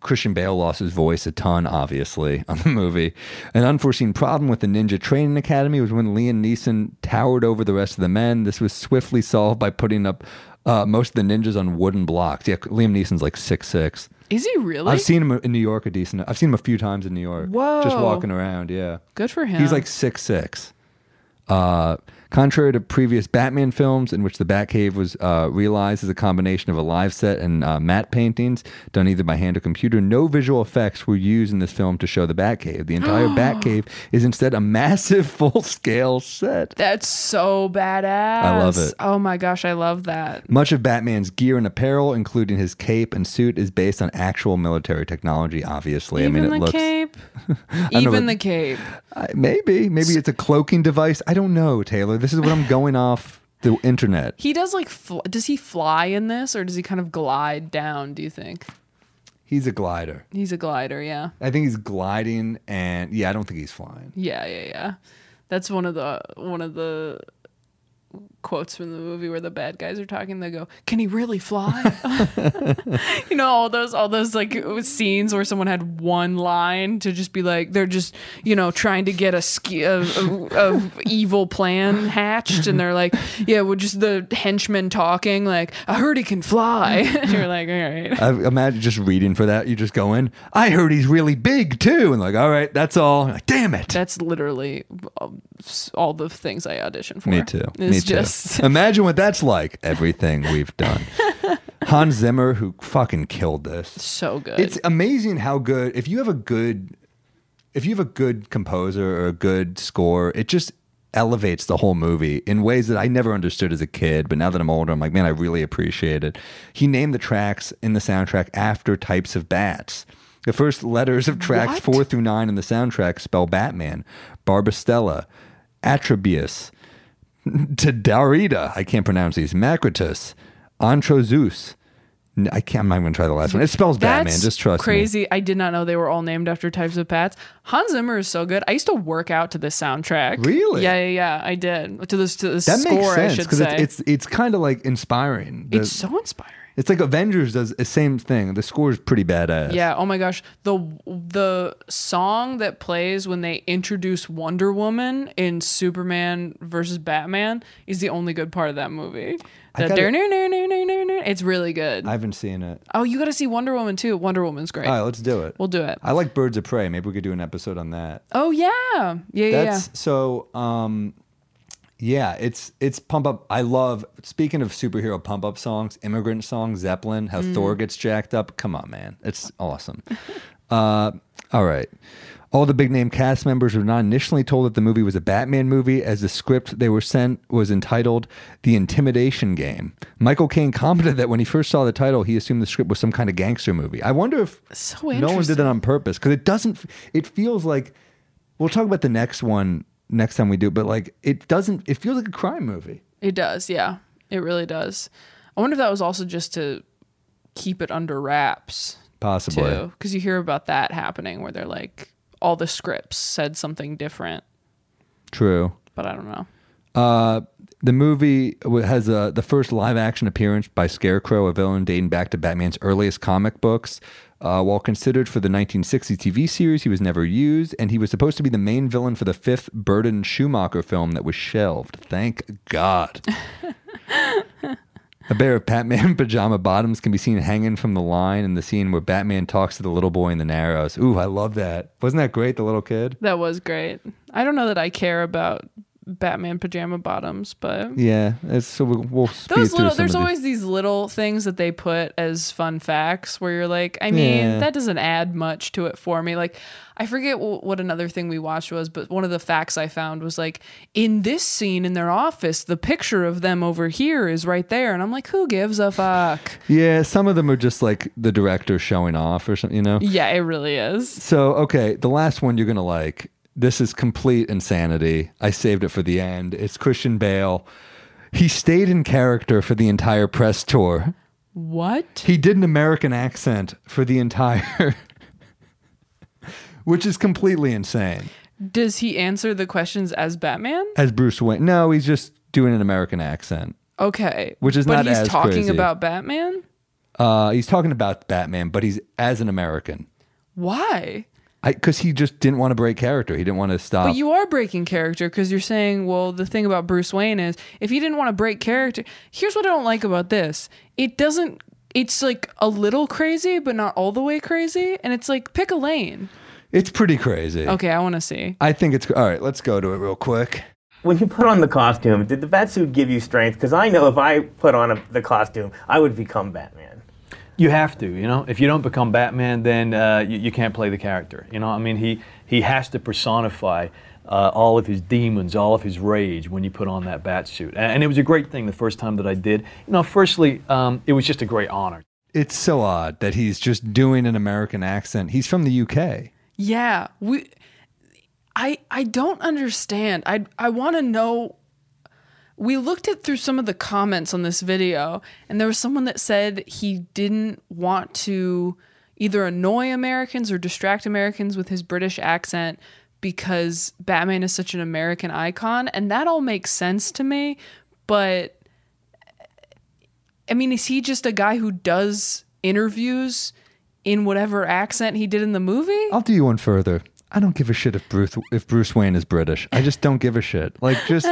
Speaker 2: Christian Bale lost his voice a ton, obviously, on the movie. An unforeseen problem with the Ninja Training Academy was when Liam Neeson towered over the rest of the men. This was swiftly solved by putting up uh, most of the ninjas on wooden blocks. Yeah, Liam Neeson's like six six.
Speaker 3: Is he really?
Speaker 2: I've seen him in New York a decent. I've seen him a few times in New York. just
Speaker 3: Whoa.
Speaker 2: walking around. Yeah,
Speaker 3: Good for him.
Speaker 2: He's like six six. Uh, contrary to previous Batman films, in which the Batcave was uh, realized as a combination of a live set and uh, matte paintings done either by hand or computer, no visual effects were used in this film to show the Batcave. The entire Batcave is instead a massive full-scale set.
Speaker 3: That's so badass. I
Speaker 2: love it.
Speaker 3: Oh my gosh, I love that.
Speaker 2: Much of Batman's gear and apparel, including his cape and suit, is based on actual military technology. Obviously, I
Speaker 3: Even
Speaker 2: mean, it
Speaker 3: the
Speaker 2: looks
Speaker 3: cape.
Speaker 2: know,
Speaker 3: Even
Speaker 2: but-
Speaker 3: the cape.
Speaker 2: I- maybe maybe it's a cloaking device. I don't know, Taylor. This is what I'm going off the internet.
Speaker 3: He does like. Fl- does he fly in this, or does he kind of glide down? Do you think
Speaker 2: He's a glider.
Speaker 3: he's a glider? Yeah.
Speaker 2: I think he's gliding, and yeah, I don't think he's flying.
Speaker 3: Yeah, yeah, yeah. That's one of the one of the quotes from the movie where the bad guys are talking. They go, "Can he really fly?" you know, all those all those like scenes where someone had one line to just be like, they're just you know trying to get a ski a, a, a evil plan hatched, and they're like, "Yeah, we're just the henchmen talking." Like, I heard he can fly. and you're like, all right.
Speaker 2: I imagine just reading for that. You just go in. I heard he's really big too, and like, all right, that's all. Like, Damn it.
Speaker 3: That's literally um, s- all the things I audition for.
Speaker 2: Me too.
Speaker 3: It's
Speaker 2: Me too.
Speaker 3: just
Speaker 2: Imagine what that's like. Everything we've done. Hans Zimmer, who fucking killed this.
Speaker 3: so good.
Speaker 2: It's amazing how good. If you have a good, if you have a good composer or a good score, it just elevates the whole movie in ways that I never understood as a kid. But now that I'm older, I'm like, man, I really appreciate it. He named the tracks in the soundtrack after types of bats. The first letters of tracks
Speaker 3: What?
Speaker 2: four through nine in the soundtrack spell Batman, Barbastella, Atrobius, Tadarita. I can't pronounce these. Macritus, Antrozeus. N- I can't. I'm not even gonna try the last one. It spells Batman. Just trust me.
Speaker 3: crazy. I did not know they were all named after types of bats. Hans Zimmer is so good. I used to work out to this soundtrack.
Speaker 2: Really?
Speaker 3: Yeah, yeah, yeah. I did to this to this
Speaker 2: That
Speaker 3: score.
Speaker 2: makes
Speaker 3: I
Speaker 2: sense
Speaker 3: should
Speaker 2: because
Speaker 3: say
Speaker 2: it's it's, it's kind of like inspiring. The-
Speaker 3: It's so inspiring.
Speaker 2: It's like Avengers does the same thing. The score is pretty badass.
Speaker 3: Yeah. Oh my gosh. The the song that plays when they introduce Wonder Woman in Superman versus Batman is the only good part of that movie. The
Speaker 2: gotta-
Speaker 3: dur-dur-dur-dur-dur-dur. it's really good.
Speaker 2: I haven't seen it.
Speaker 3: oh, you got to see Wonder Woman too. Wonder Woman's great.
Speaker 2: All right, let's do it.
Speaker 3: We'll do it.
Speaker 2: I like Birds of Prey. Maybe we could do an episode on that.
Speaker 3: oh yeah. Yeah. Yeah. yeah.
Speaker 2: That's so um yeah, it's it's pump up. I love speaking of superhero pump up songs, immigrant songs, Zeppelin, how
Speaker 3: Mm.
Speaker 2: Thor gets jacked up. Come on, man. It's awesome. uh all right. All the big name cast members were not initially told that the movie was a Batman movie, as the script they were sent was entitled The Intimidation Game. Michael Caine commented that when he first saw the title, he assumed the script was some kind of gangster movie. I wonder if
Speaker 3: So
Speaker 2: no one did
Speaker 3: interesting.
Speaker 2: that on purpose because it doesn't, it feels like We'll talk about the next one next time we do, but like it doesn't. It feels like a crime movie.
Speaker 3: It does, yeah. It really does. I wonder if that was also just to keep it under wraps
Speaker 2: Possibly.
Speaker 3: too, because you hear about that happening where they're like all the scripts said something different,
Speaker 2: True.
Speaker 3: but I don't know.
Speaker 2: Uh, the movie w- has uh, the first live action appearance by Scarecrow, a villain dating back to Batman's earliest comic books. Uh, while considered for the 1960 TV series, he was never used, and he was supposed to be the main villain for the fifth Burton Schumacher film that was shelved. Thank God. A pair of Batman pajama bottoms can be seen hanging from the line in the scene where Batman talks to the little boy in the Narrows. Ooh, I love that. Wasn't that great, the little kid?
Speaker 3: That was great. I don't know that I care about Batman pajama bottoms, but
Speaker 2: Yeah, it's, so we'll, we'll speed
Speaker 3: those
Speaker 2: through
Speaker 3: little
Speaker 2: some
Speaker 3: there's
Speaker 2: of these.
Speaker 3: always these little things that they put as fun facts where you're like i mean
Speaker 2: Yeah.
Speaker 3: that doesn't add much to it for me like i forget w- what another thing we watched was but one of the facts i found was like in this scene in their office the picture of them over here is right there and i'm like who gives a fuck
Speaker 2: Yeah, some of them are just like the director showing off or something, you know?
Speaker 3: yeah it really is
Speaker 2: So, okay, the last one you're going to like. This is complete insanity. I saved it for the end. It's Christian Bale. He stayed in character for the entire press tour.
Speaker 3: what
Speaker 2: He did an American accent for the entire, which is completely insane.
Speaker 3: does he answer the questions as batman
Speaker 2: As Bruce Wayne. No, he's just doing an American accent.
Speaker 3: okay
Speaker 2: Which is
Speaker 3: but
Speaker 2: not
Speaker 3: he's
Speaker 2: as
Speaker 3: talking
Speaker 2: crazy.
Speaker 3: about batman
Speaker 2: Uh, he's talking about Batman, but he's as an American.
Speaker 3: why
Speaker 2: Because he just didn't want to break character. He didn't want to stop.
Speaker 3: But you are breaking character because you're saying, well, the thing about Bruce Wayne is if he didn't want to break character, here's what I don't like about this. It doesn't, it's like a little crazy, but not all the way crazy. And it's like, pick a lane.
Speaker 2: It's pretty crazy.
Speaker 3: Okay, I want to see.
Speaker 2: I think it's all right. Let's go to it real quick.
Speaker 8: When you put on the costume, did the bat suit give you strength? Because I know if I put on a, the costume, I would become Batman.
Speaker 9: You have to, you know. If you don't become Batman, then uh, you, you can't play the character. You know, I mean, he he has to personify uh, all of his demons, all of his rage when you put on that bat suit. And, and it was a great thing the first time that I did. You know, firstly, um, it was just a great honor.
Speaker 2: It's so odd that he's just doing an American accent. He's from the UK.
Speaker 3: Yeah. We, I, I don't understand. I, I want to know. We looked at through some of the comments on this video, and there was someone that said he didn't want to either annoy Americans or distract Americans with his British accent because Batman is such an American icon. And that all makes sense to me. But I mean, is he just a guy who does interviews in whatever accent he did in the movie?
Speaker 2: I'll do you one further. I don't give a shit if Bruce if Bruce Wayne is British. I just don't give a shit. Like just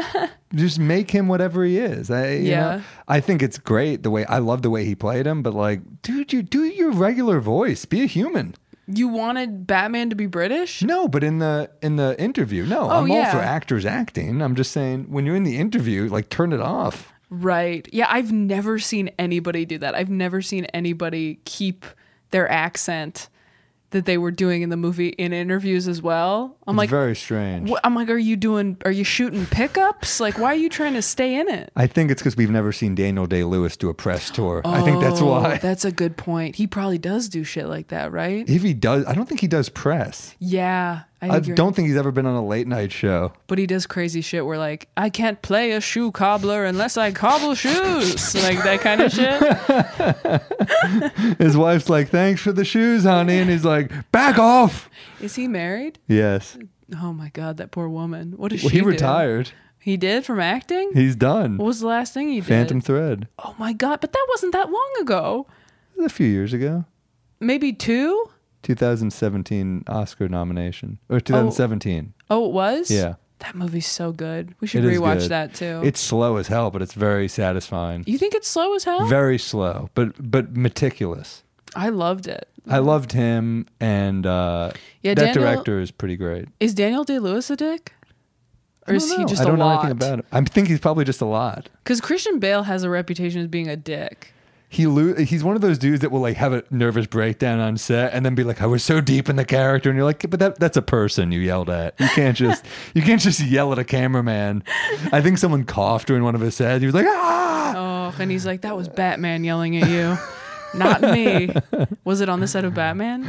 Speaker 2: just make him whatever he is. I you
Speaker 3: Yeah.
Speaker 2: know, I think it's great the way I love the way he played him, but like, dude, you do your regular voice. Be a human.
Speaker 3: You wanted Batman to be British?
Speaker 2: No, but in the in the interview, no. I'm all
Speaker 3: Oh, yeah.
Speaker 2: for actors acting. I'm just saying when you're in the interview, like turn it off.
Speaker 3: Right. Yeah, I've never seen anybody do that. I've never seen anybody keep their accent that they were doing in the movie in interviews as well. I'm
Speaker 2: It's
Speaker 3: like
Speaker 2: very strange.
Speaker 3: wh- I'm like, are you doing? Are you shooting pickups? Like, why are you trying to stay in it?
Speaker 2: I think it's because we've never seen Daniel Day Lewis do a press tour. I think that's why.
Speaker 3: Oh, that's a good point. He probably does do shit like that, right?
Speaker 2: if he does, I don't think he does press.
Speaker 3: Yeah, I,
Speaker 2: I
Speaker 3: think you're-
Speaker 2: don't think he's ever been on a late night show.
Speaker 3: But he does crazy shit where like, I can't play a shoe cobbler unless I cobble shoes, like that kind of shit.
Speaker 2: His wife's like, "Thanks for the shoes, honey," and he's like, "Back off."
Speaker 3: Is he married?
Speaker 2: Yes,
Speaker 3: Oh my god, that poor woman. What is
Speaker 2: well,
Speaker 3: she?
Speaker 2: he
Speaker 3: do?
Speaker 2: retired.
Speaker 3: He did from acting?
Speaker 2: He's done.
Speaker 3: What was the last thing he did?
Speaker 2: Phantom Thread.
Speaker 3: Oh my god, but that wasn't that long ago.
Speaker 2: A few years ago.
Speaker 3: Maybe two?
Speaker 2: 2017 Oscar nomination. Or 2017.
Speaker 3: Oh, it was?
Speaker 2: Yeah.
Speaker 3: That movie's so good. We should
Speaker 2: It is
Speaker 3: rewatch
Speaker 2: good.
Speaker 3: that too.
Speaker 2: It's slow as hell, but it's very satisfying.
Speaker 3: you think it's slow as hell?
Speaker 2: Very slow, but but meticulous.
Speaker 3: I loved it.
Speaker 2: I loved him, and uh,
Speaker 3: Yeah,
Speaker 2: that
Speaker 3: Daniel-
Speaker 2: director is pretty great.
Speaker 3: Is Daniel Day Lewis a dick? Or
Speaker 2: I
Speaker 3: is
Speaker 2: don't
Speaker 3: he
Speaker 2: know.
Speaker 3: just
Speaker 2: I
Speaker 3: a
Speaker 2: don't know
Speaker 3: lot?
Speaker 2: anything about him. I think he's probably just a lot.
Speaker 3: Because Christian Bale has a reputation as being a dick.
Speaker 2: He lo- he's one of those dudes that will like have a nervous breakdown on set and then be like, "I was so deep in the character," and you're like, "But that that's a person you yelled at. You can't just you can't just yell at a cameraman." I think someone coughed during one of his sets. He was like, "Ah!"
Speaker 3: Oh, and he's like, that was Batman yelling at you. Not me. Was it on the set of Batman?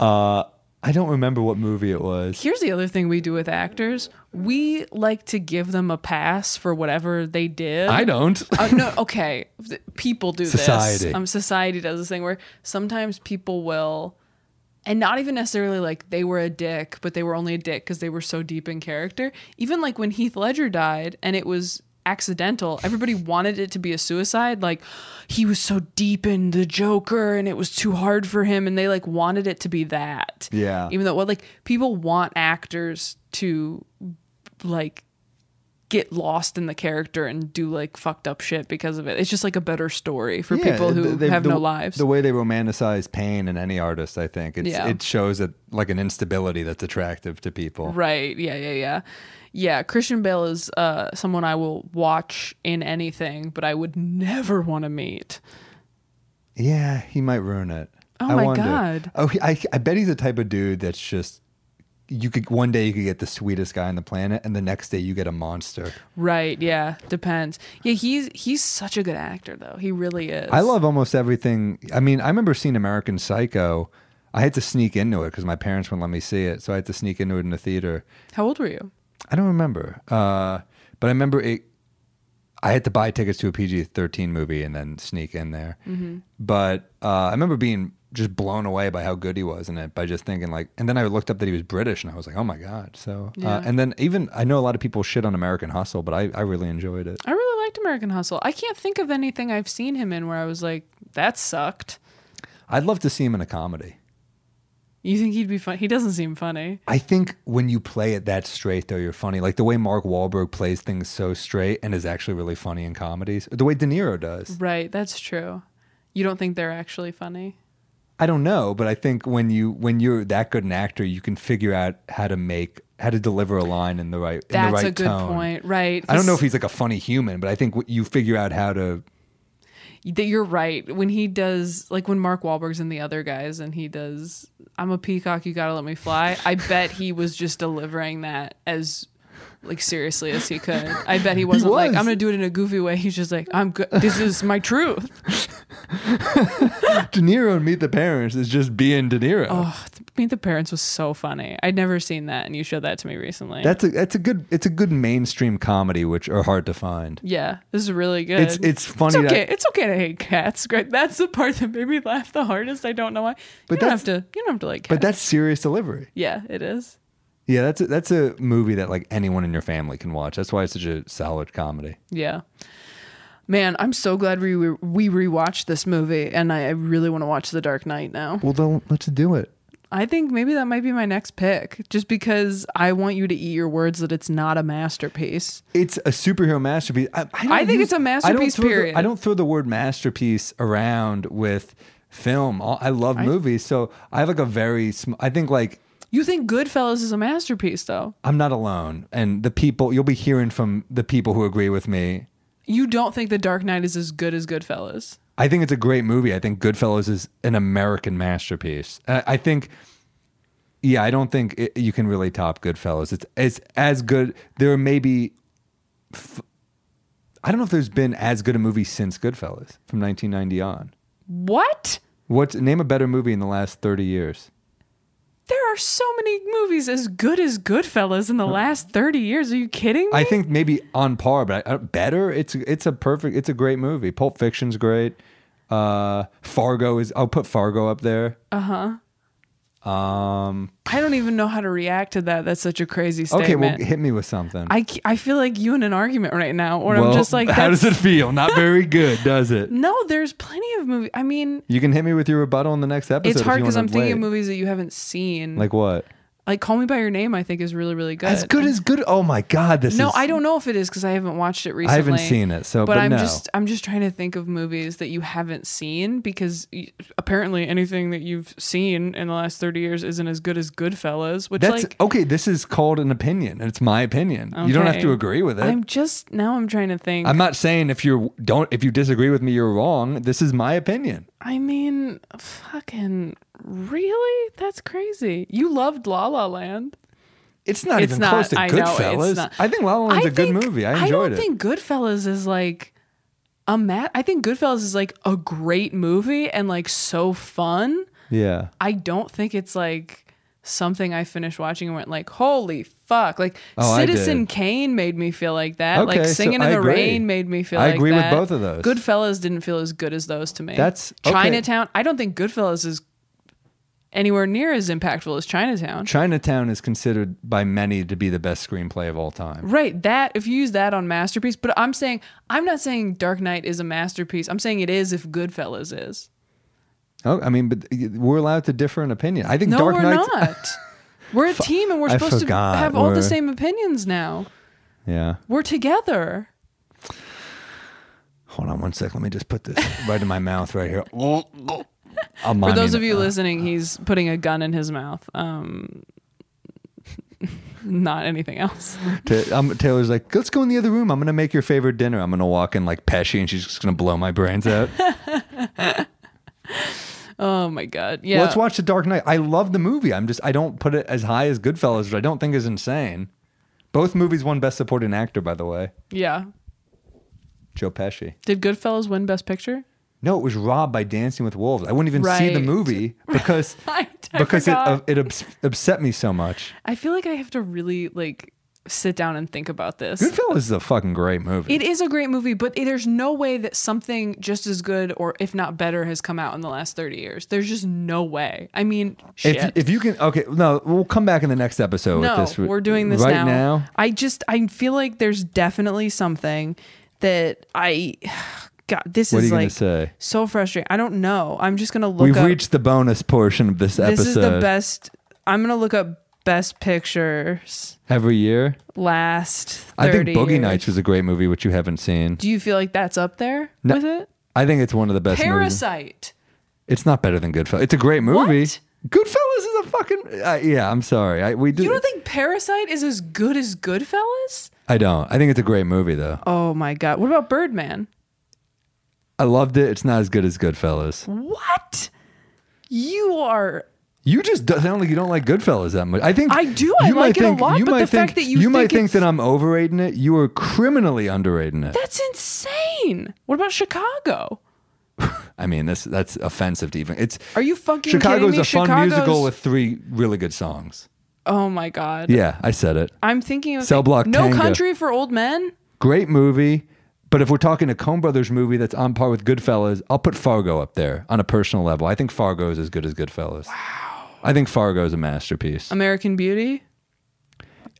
Speaker 3: Oh.
Speaker 2: Uh, I don't remember what movie it was.
Speaker 3: Here's the other thing we do with actors we like to give them a pass for whatever they did.
Speaker 2: I don't.
Speaker 3: Uh, no, okay. Th- People do
Speaker 2: Society.
Speaker 3: this. Um, society does this thing where sometimes people will, and not even necessarily like they were a dick, but they were only a dick because they were so deep in character. Even like when Heath Ledger died and it was accidental, everybody wanted it to be a suicide. Like he was so deep in the Joker and it was too hard for him, and they like wanted it to be that.
Speaker 2: Yeah.
Speaker 3: Even though, well, like people want actors to like get lost in the character and do like fucked up shit because of it. It's just like a better story for
Speaker 2: Yeah,
Speaker 3: people who
Speaker 2: they-
Speaker 3: have
Speaker 2: the-
Speaker 3: no lives.
Speaker 2: The way they romanticize pain in any artist, I think, it's,
Speaker 3: Yeah.
Speaker 2: it shows that like an instability that's attractive to people.
Speaker 3: right. Yeah, yeah, yeah. Yeah, Christian Bale is uh, someone I will watch in anything, but I would never want to meet.
Speaker 2: Yeah, he might ruin it.
Speaker 3: Oh
Speaker 2: I
Speaker 3: my
Speaker 2: wonder.
Speaker 3: God.
Speaker 2: Oh, he- I, I bet he's the type of dude that's just you could one day you could get the sweetest guy on the planet, and the next day you get a monster.
Speaker 3: Right. Yeah. Depends. Yeah. He's he's such a good actor though. He really is.
Speaker 2: I love almost everything. I mean, I remember seeing American Psycho. I had to sneak into it because my parents wouldn't let me see it, so I had to sneak into it in the theater.
Speaker 3: How old were you?
Speaker 2: I don't remember. Uh, but I remember it. I had to buy tickets to a PG 13 movie and then sneak in there. But uh, I remember being just blown away by how good he was in it, by just thinking, like, and then I looked up that he was British and I was like, oh my God. So, uh,
Speaker 3: Yeah.
Speaker 2: and then even, I know a lot of people shit on American Hustle, but I, I really enjoyed it.
Speaker 3: I really liked American Hustle. I can't think of anything I've seen him in where I was like, that sucked.
Speaker 2: I'd love to see him in a comedy.
Speaker 3: You think he'd be fun? He doesn't seem funny.
Speaker 2: I think when you play it that straight, though, you're funny. Like the way Mark Wahlberg plays things so straight and is actually really funny in comedies, the way De Niro does.
Speaker 3: Right, that's true. You don't think they're actually funny?
Speaker 2: I don't know, but I think when you when you're that good an actor, you can figure out how to make how to deliver a line in the right in the
Speaker 3: That's
Speaker 2: right
Speaker 3: a good
Speaker 2: tone.
Speaker 3: point. Right.
Speaker 2: I don't know if he's like a funny human, but I think what- you figure out how to.
Speaker 3: that you're right. When he does like when Mark Wahlberg's and the other guys and he does I'm a peacock, you gotta let me fly. I bet he was just delivering that as like seriously as he could. I bet he wasn't like,
Speaker 2: was.
Speaker 3: I'm gonna do it in a goofy way. He's just like, I'm good this is my truth.
Speaker 2: De Niro and Meet the Parents is just being De Niro.
Speaker 3: Oh, Meet the Parents was so funny. I'd never seen that and you showed that to me recently.
Speaker 2: That's a that's a good it's a good mainstream comedy, which are hard to find.
Speaker 3: yeah, this is really good.
Speaker 2: It's it's funny.
Speaker 3: It's okay.
Speaker 2: That,
Speaker 3: it's okay to hate cats. Great. That's the part that made me laugh the hardest. I don't know why.
Speaker 2: But
Speaker 3: you don't
Speaker 2: that's-
Speaker 3: have to. You don't have to like cats.
Speaker 2: but that's serious delivery.
Speaker 3: yeah, it is.
Speaker 2: Yeah, that's a, that's a movie that like anyone in your family can watch. That's why it's such a solid comedy.
Speaker 3: Yeah. Man, I'm so glad we re- we rewatched this movie, and I, I really want to watch The Dark Knight now.
Speaker 2: Well, then let's do it.
Speaker 3: I think maybe that might be my next pick, just because I want you to eat your words that it's not a masterpiece.
Speaker 2: It's a superhero masterpiece. I, I, don't
Speaker 3: I think
Speaker 2: use-
Speaker 3: it's a
Speaker 2: I don't
Speaker 3: masterpiece,
Speaker 2: throw the-
Speaker 3: period.
Speaker 2: I don't throw the word masterpiece around with film. I I love movies, so I have like a very. Sm- I think like
Speaker 3: You think Goodfellas is a masterpiece, though?
Speaker 2: I'm not alone, and the people you'll be hearing from the people who agree with me.
Speaker 3: You don't think The Dark Knight is as good as Goodfellas?
Speaker 2: I think it's a great movie. I think Goodfellas is an American masterpiece. Uh, I, I think. Yeah, I don't think it, you can really top Goodfellas. It's it's as good. There may be. F- I don't know if there's been as good a movie since Goodfellas from 1990 on.
Speaker 3: What?
Speaker 2: What's name a better movie in the last thirty years?
Speaker 3: There are so many movies as good as Goodfellas in the last 30 years. Are you kidding me?
Speaker 2: I think maybe on par, but I, I- better. It's it's a perfect. It's a great movie. Pulp Fiction's great. Uh, Fargo is. I'll put Fargo up there. Uh huh. Um,
Speaker 3: I don't even know how to react to that. That's such a crazy
Speaker 2: okay,
Speaker 3: statement.
Speaker 2: well, hit me with something.
Speaker 3: I, c- I feel like you in an argument right now, or I'm
Speaker 2: Well,
Speaker 3: just like,
Speaker 2: how does it
Speaker 3: that's-
Speaker 2: feel? Not very good, does it?
Speaker 3: No, there's plenty of movies. I mean,
Speaker 2: You can hit me with your rebuttal in the next episode.
Speaker 3: it's
Speaker 2: if
Speaker 3: hard
Speaker 2: you
Speaker 3: because
Speaker 2: wanna
Speaker 3: I'm thinking of
Speaker 2: wait.
Speaker 3: movies that you haven't seen.
Speaker 2: Like
Speaker 3: Like,
Speaker 2: what?
Speaker 3: Call Me by Your Name, I think is really really good.
Speaker 2: As good as good. Oh my God, this
Speaker 3: Uh, no,
Speaker 2: is.
Speaker 3: I don't know if it is because I haven't watched it recently.
Speaker 2: I haven't seen it, so-
Speaker 3: but,
Speaker 2: but
Speaker 3: I'm
Speaker 2: no.
Speaker 3: just I'm just trying to think of movies that you haven't seen because y- apparently anything that you've seen in the last 30 years isn't as good as Goodfellas, which
Speaker 2: That's
Speaker 3: like
Speaker 2: okay. This is called an opinion. and It's my opinion. You don't have
Speaker 3: okay.
Speaker 2: to agree with it.
Speaker 3: I'm
Speaker 2: I'm,
Speaker 3: just now I'm trying to think.
Speaker 2: not saying if you don't if you disagree with me, you're wrong. This is my opinion.
Speaker 3: I mean, fucking really? That's crazy. You loved La La Land.
Speaker 2: It's not
Speaker 3: It's
Speaker 2: even
Speaker 3: not-
Speaker 2: close to
Speaker 3: I know, it's
Speaker 2: Goodfellas.
Speaker 3: not.
Speaker 2: I think La La Land's a good
Speaker 3: think-
Speaker 2: movie. I enjoyed
Speaker 3: I don't
Speaker 2: it.
Speaker 3: think Goodfellas is like a mat. I think Goodfellas is like a great movie and like so fun.
Speaker 2: yeah.
Speaker 3: I don't think it's like something I finished watching and went like, holy fuck! Like
Speaker 2: Oh, I
Speaker 3: Citizen
Speaker 2: did.
Speaker 3: Kane made me feel like that. like
Speaker 2: Okay, so
Speaker 3: Singing in
Speaker 2: I
Speaker 3: the
Speaker 2: agree.
Speaker 3: Rain made me feel.
Speaker 2: I
Speaker 3: like
Speaker 2: agree with
Speaker 3: that.
Speaker 2: both of those.
Speaker 3: Goodfellas didn't feel as good as those to me.
Speaker 2: That's- okay.
Speaker 3: Chinatown. I don't think Goodfellas is anywhere near as impactful as Chinatown.
Speaker 2: Chinatown is considered by many to be the best screenplay of all time.
Speaker 3: Right, that if you use that on masterpiece, but I'm saying I'm not saying Dark Knight is a masterpiece. I'm saying it is if Goodfellas is.
Speaker 2: Oh, I mean, but we're allowed to differ in opinion. I think
Speaker 3: No,
Speaker 2: Dark
Speaker 3: we're
Speaker 2: Knight's
Speaker 3: not. We're a team and we're
Speaker 2: I
Speaker 3: supposed to
Speaker 2: forgot.
Speaker 3: have all the
Speaker 2: We're-
Speaker 3: same opinions now.
Speaker 2: Yeah.
Speaker 3: We're together.
Speaker 2: Hold on one sec. Let me just put this right in my mouth right here. i uh,
Speaker 3: For those of you listening, he's putting a gun in his mouth. Um, not anything else.
Speaker 2: Ta- um, Taylor's like, let's go in the other room. I'm gonna make your favorite dinner. I'm gonna walk in like Pesci, and she's just gonna blow my brains out.
Speaker 3: Oh my god. Yeah.
Speaker 2: Well, let's watch The Dark Knight. I love the movie. I'm just I don't put it as high as Goodfellas, which I don't think is insane. Both movies won Best Supporting Actor, by the way.
Speaker 3: yeah.
Speaker 2: Joe Pesci.
Speaker 3: Did Goodfellas win Best Picture?
Speaker 2: No, it was robbed by Dancing with Wolves. I wouldn't even see the
Speaker 3: Right.
Speaker 2: movie because
Speaker 3: I, I
Speaker 2: because it
Speaker 3: forgot.
Speaker 2: uh, it ups- upset me so much.
Speaker 3: I feel like I have to really like sit down and think about this.
Speaker 2: Goodfellas is a fucking great movie.
Speaker 3: It is a great movie, but it- there's no way that something just as good or if not better has come out in the last 30 years. There's just no way. I mean, shit.
Speaker 2: if, if you can, okay, no, we'll come back in the next episode
Speaker 3: no,
Speaker 2: with this.
Speaker 3: we're doing this
Speaker 2: right
Speaker 3: now.
Speaker 2: now.
Speaker 3: I just I feel like there's definitely something that I God, this
Speaker 2: What are
Speaker 3: is
Speaker 2: you gonna
Speaker 3: like
Speaker 2: say?
Speaker 3: so frustrating. I don't know. I'm just gonna look
Speaker 2: We've
Speaker 3: up
Speaker 2: reached the bonus portion of this,
Speaker 3: this
Speaker 2: episode.
Speaker 3: is the best I'm gonna look up best pictures
Speaker 2: Every year,
Speaker 3: last 30
Speaker 2: I think Boogie
Speaker 3: years.
Speaker 2: Nights was a great movie, which you haven't seen.
Speaker 3: Do you feel like that's up there
Speaker 2: No.
Speaker 3: with it?
Speaker 2: I think it's one of the best movies.
Speaker 3: Parasite.
Speaker 2: It's not better than Goodfellas. It's a great movie.
Speaker 3: What?
Speaker 2: Goodfellas is a fucking uh, yeah. I'm sorry. I we do.
Speaker 3: You don't think Parasite is as good as Goodfellas?
Speaker 2: I don't. I think it's a great movie though.
Speaker 3: Oh my god. What about Birdman?
Speaker 2: I loved it. It's not as good as Goodfellas.
Speaker 3: What? You are
Speaker 2: You just don't- sound like you don't like Goodfellas that much. I think
Speaker 3: I do. I
Speaker 2: you might
Speaker 3: like it a lot,
Speaker 2: You
Speaker 3: but
Speaker 2: might
Speaker 3: the
Speaker 2: think
Speaker 3: fact that you
Speaker 2: might
Speaker 3: think
Speaker 2: think
Speaker 3: it's-
Speaker 2: that I'm overrating it. You are criminally underrating it.
Speaker 3: that's insane. What about Chicago?
Speaker 2: I mean, this that's offensive to even. It's
Speaker 3: Are you fucking
Speaker 2: Chicago's
Speaker 3: kidding me?
Speaker 2: a fun
Speaker 3: Chicago's-
Speaker 2: musical with three really good songs.
Speaker 3: Oh my god.
Speaker 2: Yeah, I said it.
Speaker 3: I'm thinking of
Speaker 2: Cell Block
Speaker 3: No
Speaker 2: Tango.
Speaker 3: Country for Old Men.
Speaker 2: Great movie. But if we're talking a Coen Brothers movie that's on par with Goodfellas, I'll put Fargo up there on a personal level. I think Fargo is as good as Goodfellas. Wow. I think Fargo is a masterpiece.
Speaker 3: American Beauty.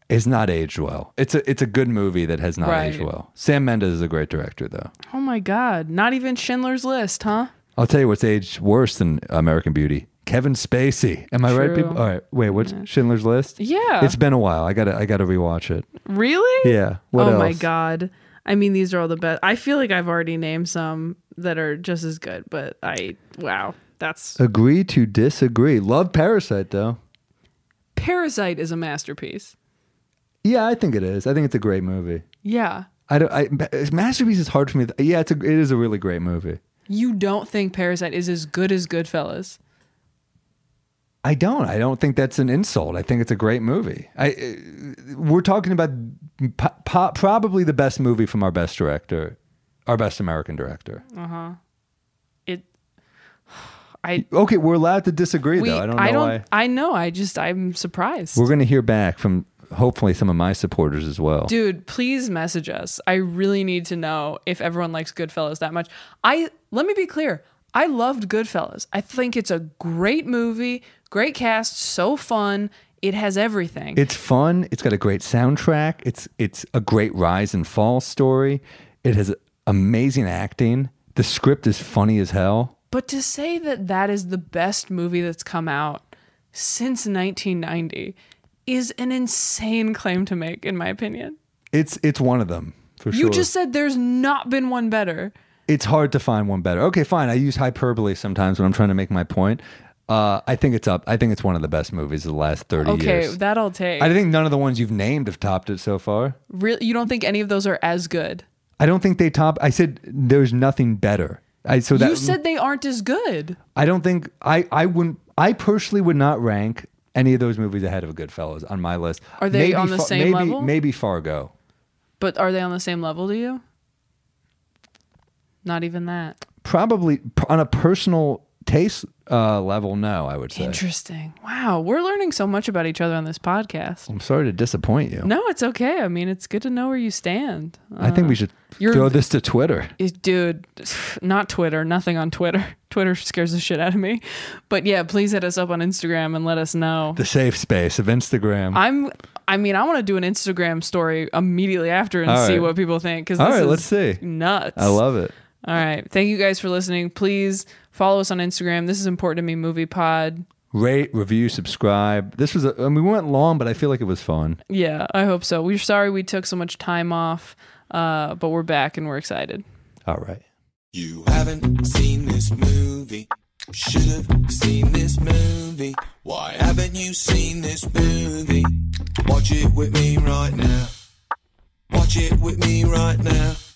Speaker 2: It's not aged well. It's a it's a good movie that has not
Speaker 3: Right.
Speaker 2: aged well. Sam Mendes is a great director, though.
Speaker 3: Oh my god. Not even Schindler's List, huh?
Speaker 2: I'll tell you what's aged worse than American Beauty. Kevin Spacey. Am I right,
Speaker 3: True.
Speaker 2: people? All right. Wait, what's Schindler's List?
Speaker 3: Yeah.
Speaker 2: It's been a while. I gotta I gotta rewatch it.
Speaker 3: Really?
Speaker 2: Yeah. What
Speaker 3: oh
Speaker 2: else?
Speaker 3: my god. I mean, these are all the best. I feel like I've already named some that are just as good, but I wow. That's
Speaker 2: Agree to disagree. Love Parasite though.
Speaker 3: Parasite is a masterpiece.
Speaker 2: Yeah, I think it is. I think it's a great movie.
Speaker 3: Yeah.
Speaker 2: I don't. I, Ma- masterpiece is hard for me. Yeah, it's a, it is a really great movie.
Speaker 3: You don't think Parasite is as good as Goodfellas?
Speaker 2: I don't. I don't think that's an insult. I think it's a great movie. I uh, we're talking about po- po- probably the best movie from our best director, our best American director.
Speaker 3: It I
Speaker 2: Okay, we're allowed to disagree
Speaker 3: we,
Speaker 2: though. I don't know why.
Speaker 3: I know, I just I'm surprised.
Speaker 2: We're gonna hear back from hopefully some of my supporters as well.
Speaker 3: Dude, please message us. I really need to know if everyone likes Goodfellas that much. I let me be clear. I loved Goodfellas. I think it's a great movie, great cast, so fun. It has everything.
Speaker 2: It's fun. It's got a great soundtrack. It's it's a great rise and fall story. It has amazing acting. The script is funny as hell.
Speaker 3: But to say that that is the best movie that's come out since 1990 is an insane claim to make, in my opinion.
Speaker 2: It's it's one of them for sure.
Speaker 3: You just said there's not been one better.
Speaker 2: it's hard to find one better. Okay, fine. I use hyperbole sometimes when I'm trying to make my point. Uh, I think it's up. I think it's one of the best movies of the last thirty
Speaker 3: Okay,
Speaker 2: years.
Speaker 3: that'll take.
Speaker 2: I think none of the ones you've named have topped it so far.
Speaker 3: Really, you don't think any of those are as good?
Speaker 2: I don't think they top. I said there's nothing better. I so that
Speaker 3: you said they aren't as good.
Speaker 2: I don't think I I wouldn't. I personally would not rank any of those movies ahead of Goodfellas on my list.
Speaker 3: Are they on the same
Speaker 2: maybe,
Speaker 3: level?
Speaker 2: Maybe Fargo.
Speaker 3: But are they on the same level to you? Not even that.
Speaker 2: Probably p- on a personal taste uh, level. No, I would say.
Speaker 3: Interesting. Wow, we're learning so much about each other on this podcast.
Speaker 2: I'm sorry to disappoint you.
Speaker 3: No, it's okay. I mean, it's good to know where you stand.
Speaker 2: I think we should
Speaker 3: Uh, you're-
Speaker 2: throw this to Twitter.
Speaker 3: is- dude not twitter nothing on twitter twitter scares the shit out of me but yeah please hit us up on instagram and let us know
Speaker 2: the safe space of Instagram.
Speaker 3: i'm i mean i want to do an instagram story immediately after and
Speaker 2: All
Speaker 3: see
Speaker 2: right.
Speaker 3: what people think because
Speaker 2: All
Speaker 3: this
Speaker 2: right,
Speaker 3: is
Speaker 2: let's see.
Speaker 3: nuts
Speaker 2: I love it.
Speaker 3: all right thank you guys for listening please follow us on instagram this is important to me movie pod
Speaker 2: Rate, review, subscribe. This was a, I mean, we went long, but I feel like it was fun.
Speaker 3: yeah i hope so we're sorry we took so much time off uh, but we're back and we're excited
Speaker 2: All right.
Speaker 1: You haven't seen this movie. Should have seen this movie. Why haven't you seen this movie? Watch it with me right now. Watch it with me right now.